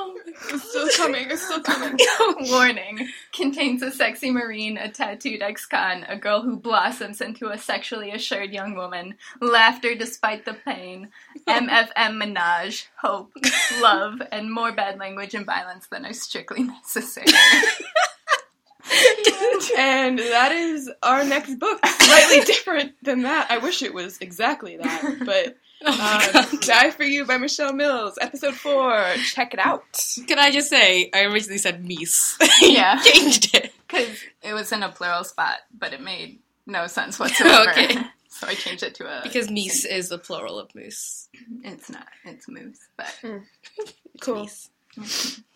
[SPEAKER 2] Oh my god.
[SPEAKER 1] It's still coming. It's still coming.
[SPEAKER 2] Oh
[SPEAKER 3] Warning contains a sexy marine, a tattooed ex con, a girl who blossoms into a sexually assured young woman, laughter despite the pain, MFM menage, hope, love, and more bad language and violence than are strictly necessary.
[SPEAKER 1] And that is our next book. Slightly different than that. I wish it was exactly that, but
[SPEAKER 2] Oh my
[SPEAKER 1] um,
[SPEAKER 2] god.
[SPEAKER 1] Die for You by Michelle Mills, episode four. Check it out.
[SPEAKER 2] Can I just say, I originally said meese.
[SPEAKER 3] Yeah.
[SPEAKER 2] Changed it.
[SPEAKER 3] Because it was in a plural spot, but it made no sense whatsoever.
[SPEAKER 2] Okay.
[SPEAKER 3] So I changed it to a.
[SPEAKER 2] Because meese is the plural of moose.
[SPEAKER 3] it's not, it's moose, but.
[SPEAKER 1] Cool.
[SPEAKER 2] Meese.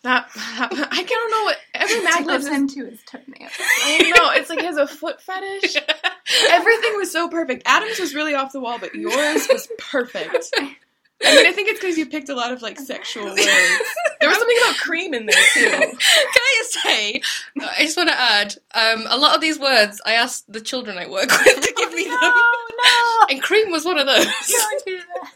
[SPEAKER 1] That, I don't know what every Mad Libs
[SPEAKER 3] Tickles
[SPEAKER 1] is.
[SPEAKER 3] him to his toenails.
[SPEAKER 1] I don't know. It's like he has a foot fetish. Everything was so perfect. Adam's was really off the wall, but yours was perfect. I mean, I think it's because you picked a lot of like sexual words. There was something about cream in there too.
[SPEAKER 2] Can I just say, I just want to add, um, a lot of these words I asked the children I work with to give me them.
[SPEAKER 3] no!
[SPEAKER 2] And cream was one of those.
[SPEAKER 3] Don't do that.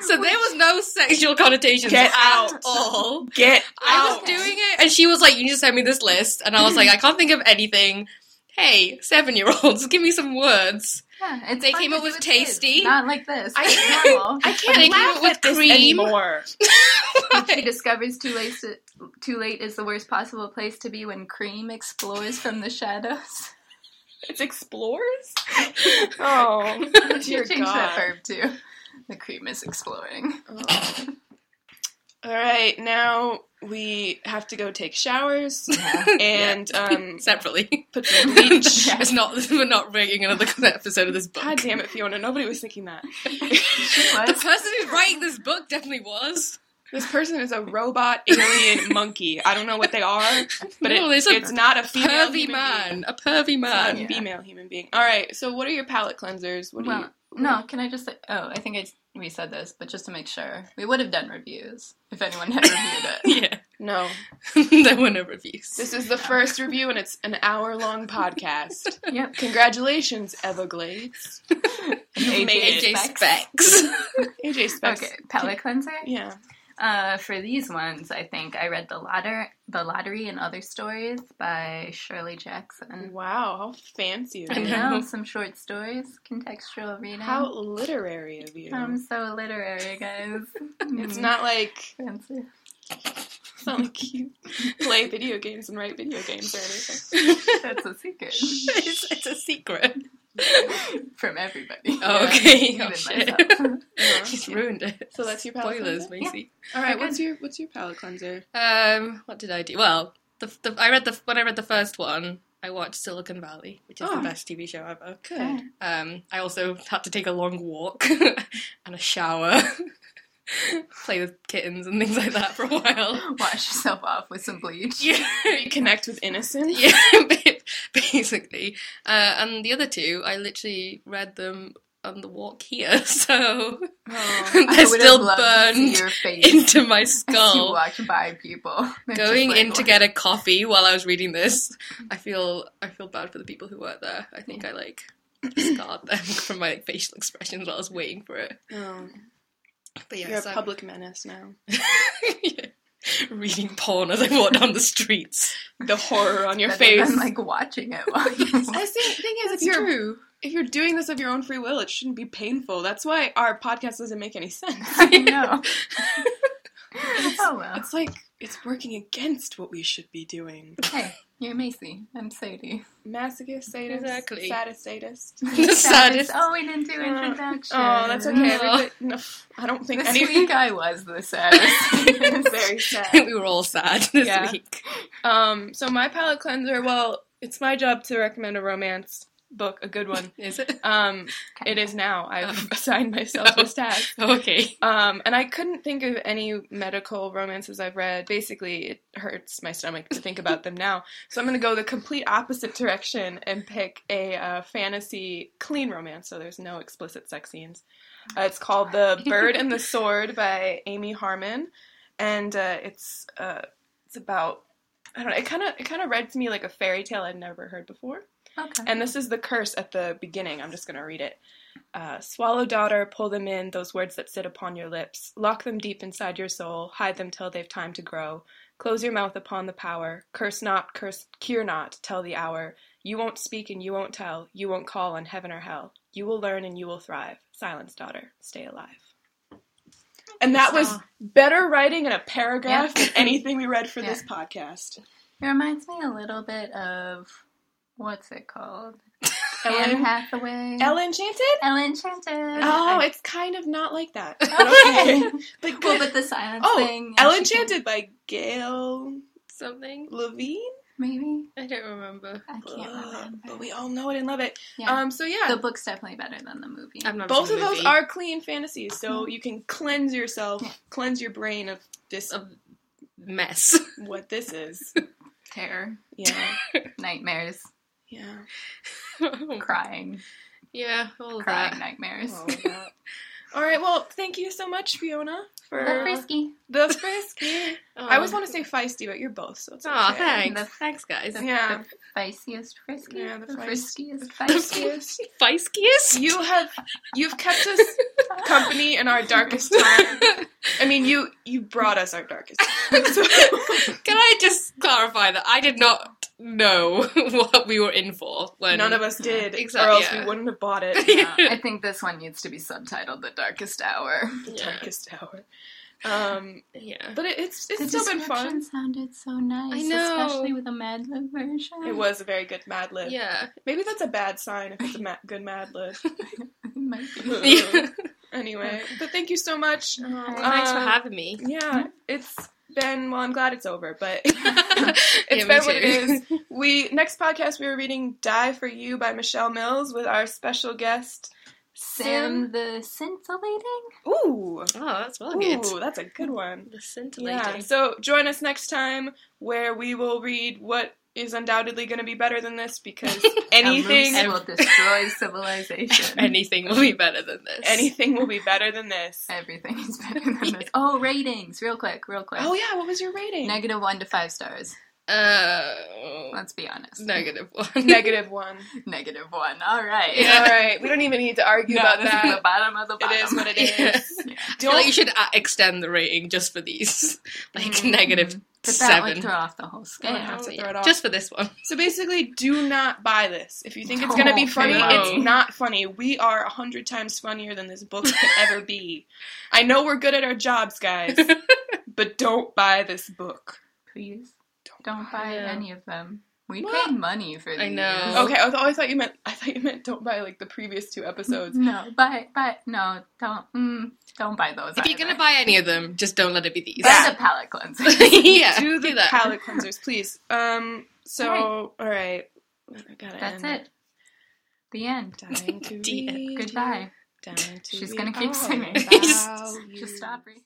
[SPEAKER 2] So there was no sexual connotations
[SPEAKER 1] Get
[SPEAKER 2] at
[SPEAKER 1] out.
[SPEAKER 2] all.
[SPEAKER 1] Get
[SPEAKER 2] I
[SPEAKER 1] out.
[SPEAKER 2] was doing it, and she was like, "You need to send me this list," and I was like, "I can't think of anything." Hey, seven-year-olds, give me some words.
[SPEAKER 3] Yeah, it's
[SPEAKER 2] They
[SPEAKER 3] fun
[SPEAKER 2] came
[SPEAKER 3] to
[SPEAKER 2] up
[SPEAKER 3] do
[SPEAKER 2] with
[SPEAKER 3] kids,
[SPEAKER 2] tasty.
[SPEAKER 3] Not like this.
[SPEAKER 1] I-
[SPEAKER 3] It's normal.
[SPEAKER 1] I
[SPEAKER 2] But they
[SPEAKER 1] can't
[SPEAKER 2] came
[SPEAKER 1] laugh
[SPEAKER 2] up with
[SPEAKER 1] with this
[SPEAKER 2] cream.
[SPEAKER 1] anymore.
[SPEAKER 3] She discovers too late. To, too late is the worst possible place to be when cream explores from the shadows.
[SPEAKER 1] It's explorers. Oh,
[SPEAKER 3] she
[SPEAKER 1] dear
[SPEAKER 3] changed that
[SPEAKER 1] God.
[SPEAKER 3] verb too. The cream is exploring.
[SPEAKER 1] Oh. All right, now we have to go take showers and um,
[SPEAKER 2] Separately,
[SPEAKER 1] put some bleach.
[SPEAKER 2] it's not. We're not writing another episode of this book.
[SPEAKER 1] God damn it, Fiona! Nobody was thinking that.
[SPEAKER 3] She
[SPEAKER 2] The
[SPEAKER 3] was.
[SPEAKER 2] person who's writing this book definitely was.
[SPEAKER 1] This person is a robot alien monkey. I don't know what they are, but
[SPEAKER 2] No,
[SPEAKER 1] it,
[SPEAKER 2] there's a
[SPEAKER 1] it's not a female human
[SPEAKER 2] Pervy
[SPEAKER 1] being.
[SPEAKER 2] man, a pervy
[SPEAKER 1] It's not a
[SPEAKER 2] man.
[SPEAKER 3] Yeah.
[SPEAKER 1] female human being. All right. So, what are your palate cleansers? What do
[SPEAKER 3] Well, no. Can I just? Say, oh, I think I we said this, but just to make sure, we would have done reviews if anyone had reviewed it.
[SPEAKER 2] Yeah,
[SPEAKER 1] you? No.
[SPEAKER 2] there were no reviews.
[SPEAKER 1] This is the first review, and it's an hour-long podcast.
[SPEAKER 3] yep.
[SPEAKER 1] Congratulations, Everglades. You made
[SPEAKER 2] AJ
[SPEAKER 1] it.
[SPEAKER 2] Specs.
[SPEAKER 1] AJ Specs.
[SPEAKER 3] Okay, palette cleanser.
[SPEAKER 1] Yeah.
[SPEAKER 3] Uh, for these ones, I think I read the Lotter, the Lottery, and Other Stories by Shirley Jackson.
[SPEAKER 1] Wow. How fancy of
[SPEAKER 2] I
[SPEAKER 3] And
[SPEAKER 1] you.
[SPEAKER 2] know.
[SPEAKER 3] now some short stories, contextual reading.
[SPEAKER 1] How literary of you.
[SPEAKER 3] I'm so literary, guys. Mm.
[SPEAKER 1] it's not like
[SPEAKER 3] fancy.
[SPEAKER 1] it's not like you play video games and write video games or anything.
[SPEAKER 3] That's a secret
[SPEAKER 2] it's, it's a secret.
[SPEAKER 3] from everybody.
[SPEAKER 2] Oh, okay.
[SPEAKER 3] Even
[SPEAKER 2] Oh, shit.
[SPEAKER 3] myself.
[SPEAKER 1] Yeah.
[SPEAKER 2] She's ruined it.
[SPEAKER 1] So that's your palate
[SPEAKER 2] Spoilers,
[SPEAKER 1] cleanser?
[SPEAKER 2] Macy.
[SPEAKER 1] All right,
[SPEAKER 3] Good.
[SPEAKER 1] what's your what's your palate cleanser?
[SPEAKER 2] Um, what did I do? Well, the, the I read the when I read the first one, I watched Silicon Valley, which is
[SPEAKER 1] Oh.
[SPEAKER 2] the best TV show ever.
[SPEAKER 1] Good.
[SPEAKER 2] Um, I also had to take a long walk and a shower, play with kittens and things like that for a while.
[SPEAKER 3] Wash yourself off with some bleach.
[SPEAKER 2] Yeah,
[SPEAKER 1] Reconnect with innocence.
[SPEAKER 2] yeah, ba- basically. Uh, and the other two, I literally read them on the walk here, so
[SPEAKER 1] Oh.
[SPEAKER 3] I
[SPEAKER 2] they're
[SPEAKER 3] would have
[SPEAKER 2] still
[SPEAKER 3] loved to see
[SPEAKER 2] burned
[SPEAKER 3] your face
[SPEAKER 2] into my
[SPEAKER 3] as you
[SPEAKER 2] skull.
[SPEAKER 3] walked by people. They're just
[SPEAKER 2] going
[SPEAKER 3] like,
[SPEAKER 2] in to
[SPEAKER 3] "What?"
[SPEAKER 2] get a coffee while I was reading this, I feel I feel bad for the people who weren't there. I think I like scarred them from my like, facial expressions while I was waiting for it.
[SPEAKER 1] Oh.
[SPEAKER 2] But yeah,
[SPEAKER 1] You're
[SPEAKER 2] so
[SPEAKER 1] a
[SPEAKER 2] I'm-
[SPEAKER 1] public menace now.
[SPEAKER 2] Yeah. reading porn as I walk down the streets.
[SPEAKER 1] The horror on your
[SPEAKER 3] Better than,
[SPEAKER 1] face.
[SPEAKER 3] like watching it while you
[SPEAKER 1] I think thing is, if you're
[SPEAKER 2] true.
[SPEAKER 1] if you're doing this of your own free will, it shouldn't be painful. That's why our podcast doesn't make any sense.
[SPEAKER 3] I know. oh well.
[SPEAKER 1] It's like it's working against what we should be doing.
[SPEAKER 3] Hey, you're Macy. I'm Sadie.
[SPEAKER 1] Masochist, sadist,
[SPEAKER 2] Exactly.
[SPEAKER 1] saddest, sadist.
[SPEAKER 2] The saddest.
[SPEAKER 3] Oh, we didn't do introduction.
[SPEAKER 1] Oh, that's okay. Everybody- no, I don't think
[SPEAKER 3] This
[SPEAKER 1] anything.
[SPEAKER 3] week I was the saddest.
[SPEAKER 1] Very sad.
[SPEAKER 2] we were all sad this
[SPEAKER 1] Yeah.
[SPEAKER 2] week.
[SPEAKER 1] Um, so my palate cleanser. Well, it's my job to recommend a romance book, a good one.
[SPEAKER 2] Is it?
[SPEAKER 1] Um, it is now. I've
[SPEAKER 2] Oh.
[SPEAKER 1] assigned myself
[SPEAKER 2] Oh.
[SPEAKER 1] this task.
[SPEAKER 2] Okay.
[SPEAKER 1] Um, and I couldn't think of any medical romances I've read. Basically, it hurts my stomach to think about them now. So I'm going to go the complete opposite direction and pick a uh, fantasy clean romance. So there's no explicit sex scenes. Uh, it's called The Bird and the Sword by Amy Harmon, and uh, it's uh, it's about I don't know. It kind of it kind of read to me like a fairy tale I'd never heard before.
[SPEAKER 3] Okay.
[SPEAKER 1] And this is the curse at the beginning. I'm just going to read it. Uh, Swallow, daughter, pull them in, those words that sit upon your lips. Lock them deep inside your soul, hide them till they've time to grow. Close your mouth upon the power. Curse not, curse, cure not, tell the hour. You won't speak and you won't tell. You won't call on heaven or hell. You will learn and you will thrive. Silence, daughter, stay alive. And that was
[SPEAKER 3] So-
[SPEAKER 1] better writing in a paragraph
[SPEAKER 3] Yeah.
[SPEAKER 1] than anything we read for
[SPEAKER 3] Yeah.
[SPEAKER 1] this podcast.
[SPEAKER 3] It reminds me a little bit of what's it called? Anne
[SPEAKER 1] Ellen,
[SPEAKER 3] Hathaway.
[SPEAKER 1] Ellen Chanted?
[SPEAKER 3] Ellen Chanted.
[SPEAKER 1] Oh, it's kind of not like that.
[SPEAKER 3] Okay.
[SPEAKER 1] Okay. But
[SPEAKER 3] well,
[SPEAKER 1] good.
[SPEAKER 3] but the silence
[SPEAKER 1] oh,
[SPEAKER 3] thing. and
[SPEAKER 1] Ellen
[SPEAKER 3] she-
[SPEAKER 1] Chanted by Gail
[SPEAKER 2] Something?
[SPEAKER 1] Levine.
[SPEAKER 3] Maybe
[SPEAKER 2] I don't remember.
[SPEAKER 3] I can't
[SPEAKER 1] Ugh, but
[SPEAKER 3] remember.
[SPEAKER 1] we all know it and love it.
[SPEAKER 3] Yeah.
[SPEAKER 1] Um, so yeah,
[SPEAKER 3] the book's definitely better than the movie.
[SPEAKER 2] I've not
[SPEAKER 1] both
[SPEAKER 2] seen
[SPEAKER 1] of
[SPEAKER 2] the
[SPEAKER 1] those
[SPEAKER 2] movie.
[SPEAKER 1] are clean fantasies, so you can cleanse yourself,
[SPEAKER 3] Mm-hmm. Yeah.
[SPEAKER 1] cleanse your brain of this
[SPEAKER 2] Of- mess.
[SPEAKER 1] what this is.
[SPEAKER 3] Terror,
[SPEAKER 1] Yeah,
[SPEAKER 3] nightmares,
[SPEAKER 1] yeah.
[SPEAKER 3] crying,
[SPEAKER 2] yeah, all
[SPEAKER 3] crying
[SPEAKER 2] that.
[SPEAKER 3] nightmares.
[SPEAKER 1] All of that. all right. Well, thank you so much, Fiona, for
[SPEAKER 3] The frisky.
[SPEAKER 1] the frisky.
[SPEAKER 2] Oh.
[SPEAKER 1] I always want to say feisty, but you're both, so it's
[SPEAKER 2] Oh,
[SPEAKER 1] okay.
[SPEAKER 2] thanks.
[SPEAKER 3] The-
[SPEAKER 2] thanks, guys.
[SPEAKER 1] Yeah,
[SPEAKER 3] Spiciest frisky.
[SPEAKER 1] Yeah, the
[SPEAKER 3] the
[SPEAKER 1] feist-
[SPEAKER 3] friskiest,
[SPEAKER 2] The
[SPEAKER 3] feistiest.
[SPEAKER 2] fis- Feiskiest?
[SPEAKER 1] you have you've kept us company in our darkest time. I mean, you you brought us our darkest. time. So-
[SPEAKER 2] Can I just clarify that I did not know what we were in for when
[SPEAKER 1] None of us did,
[SPEAKER 2] Exact-
[SPEAKER 1] or else
[SPEAKER 2] yeah.
[SPEAKER 1] we wouldn't have bought it.
[SPEAKER 3] Yeah, I think this one needs to be subtitled "The Darkest Hour."
[SPEAKER 2] yeah.
[SPEAKER 1] Darkest hour. Um,
[SPEAKER 2] yeah.
[SPEAKER 1] but it, it's it's
[SPEAKER 3] the
[SPEAKER 1] still been
[SPEAKER 3] description
[SPEAKER 1] fun.
[SPEAKER 3] sounded so nice,
[SPEAKER 2] I know.
[SPEAKER 3] especially with a Mad Lib version.
[SPEAKER 1] It was a very good Mad Lib.
[SPEAKER 2] Yeah.
[SPEAKER 1] Maybe that's a bad sign if it's a ma- good Mad Lib.
[SPEAKER 3] It might be.
[SPEAKER 2] Yeah.
[SPEAKER 1] anyway, but thank you so much.
[SPEAKER 3] Alright.
[SPEAKER 2] Thanks for
[SPEAKER 1] Uh,
[SPEAKER 2] having me.
[SPEAKER 1] Yeah, it's been. Well, I'm glad it's over, but
[SPEAKER 2] it's
[SPEAKER 1] it's been what it is. We next podcast we were reading "Die for You" by Michelle Mills with our special guest
[SPEAKER 3] Sim the scintillating.
[SPEAKER 1] Ooh,
[SPEAKER 2] Oh, that's well
[SPEAKER 1] ooh,
[SPEAKER 2] good.
[SPEAKER 1] that's a good one.
[SPEAKER 2] The scintillating.
[SPEAKER 1] Yeah. So join us next time where we will read what is undoubtedly going to be better than this because
[SPEAKER 3] Elmoose
[SPEAKER 1] anything
[SPEAKER 3] will destroy civilization.
[SPEAKER 2] Anything will be better than this.
[SPEAKER 1] anything will be better than this.
[SPEAKER 3] Everything is better than this. Oh, ratings, real quick, real quick.
[SPEAKER 1] Oh yeah, what was your rating?
[SPEAKER 3] Negative one to five stars.
[SPEAKER 2] Uh,
[SPEAKER 3] Let's be honest.
[SPEAKER 2] negative one.
[SPEAKER 1] Negative one.
[SPEAKER 3] Negative one. All right.
[SPEAKER 2] Yeah.
[SPEAKER 1] All right, we don't even need to argue
[SPEAKER 3] No,
[SPEAKER 1] about
[SPEAKER 3] this is the
[SPEAKER 1] that.
[SPEAKER 3] bottom of the
[SPEAKER 1] It
[SPEAKER 3] bottom.
[SPEAKER 1] is what it
[SPEAKER 2] Yeah.
[SPEAKER 1] is.
[SPEAKER 3] Yeah.
[SPEAKER 2] I feel like
[SPEAKER 1] Don't-
[SPEAKER 2] you should uh, extend the rating just for these, like
[SPEAKER 1] Mm.
[SPEAKER 2] negative
[SPEAKER 3] But that
[SPEAKER 2] seven.
[SPEAKER 3] would throw off the whole
[SPEAKER 1] I
[SPEAKER 3] scale.
[SPEAKER 1] would have
[SPEAKER 2] Oh,
[SPEAKER 1] to throw it off.
[SPEAKER 2] Just for this one.
[SPEAKER 1] So basically, do not buy this. If you think it's going to be
[SPEAKER 3] Okay.
[SPEAKER 1] funny,
[SPEAKER 2] No.
[SPEAKER 1] it's not funny. We are a hundred times funnier than this book could ever be. I know we're good at our jobs, guys, but don't buy this book.
[SPEAKER 3] Please don't buy
[SPEAKER 2] Yeah.
[SPEAKER 3] any of them. We
[SPEAKER 1] What?
[SPEAKER 3] paid money for these.
[SPEAKER 2] I know.
[SPEAKER 1] Okay, I, th- oh, I thought you meant I thought you meant don't buy like the previous two episodes.
[SPEAKER 3] No, buy, buy, no, don't, mm, don't buy those.
[SPEAKER 2] If you're
[SPEAKER 3] either.
[SPEAKER 2] gonna buy any of them, just don't let it be these.
[SPEAKER 3] buy the palette cleanser.
[SPEAKER 2] yeah,
[SPEAKER 1] do the
[SPEAKER 2] do that.
[SPEAKER 1] palate cleansers, please. Um. So, all right, I gotta
[SPEAKER 3] That's
[SPEAKER 1] end.
[SPEAKER 3] it. The end.
[SPEAKER 1] Dying to
[SPEAKER 2] The end.
[SPEAKER 1] read you,
[SPEAKER 3] Goodbye.
[SPEAKER 1] Dying to
[SPEAKER 3] She's
[SPEAKER 1] read
[SPEAKER 3] gonna keep
[SPEAKER 1] all
[SPEAKER 3] singing.
[SPEAKER 1] about
[SPEAKER 2] Just-
[SPEAKER 1] you.
[SPEAKER 3] Just stop. Reading.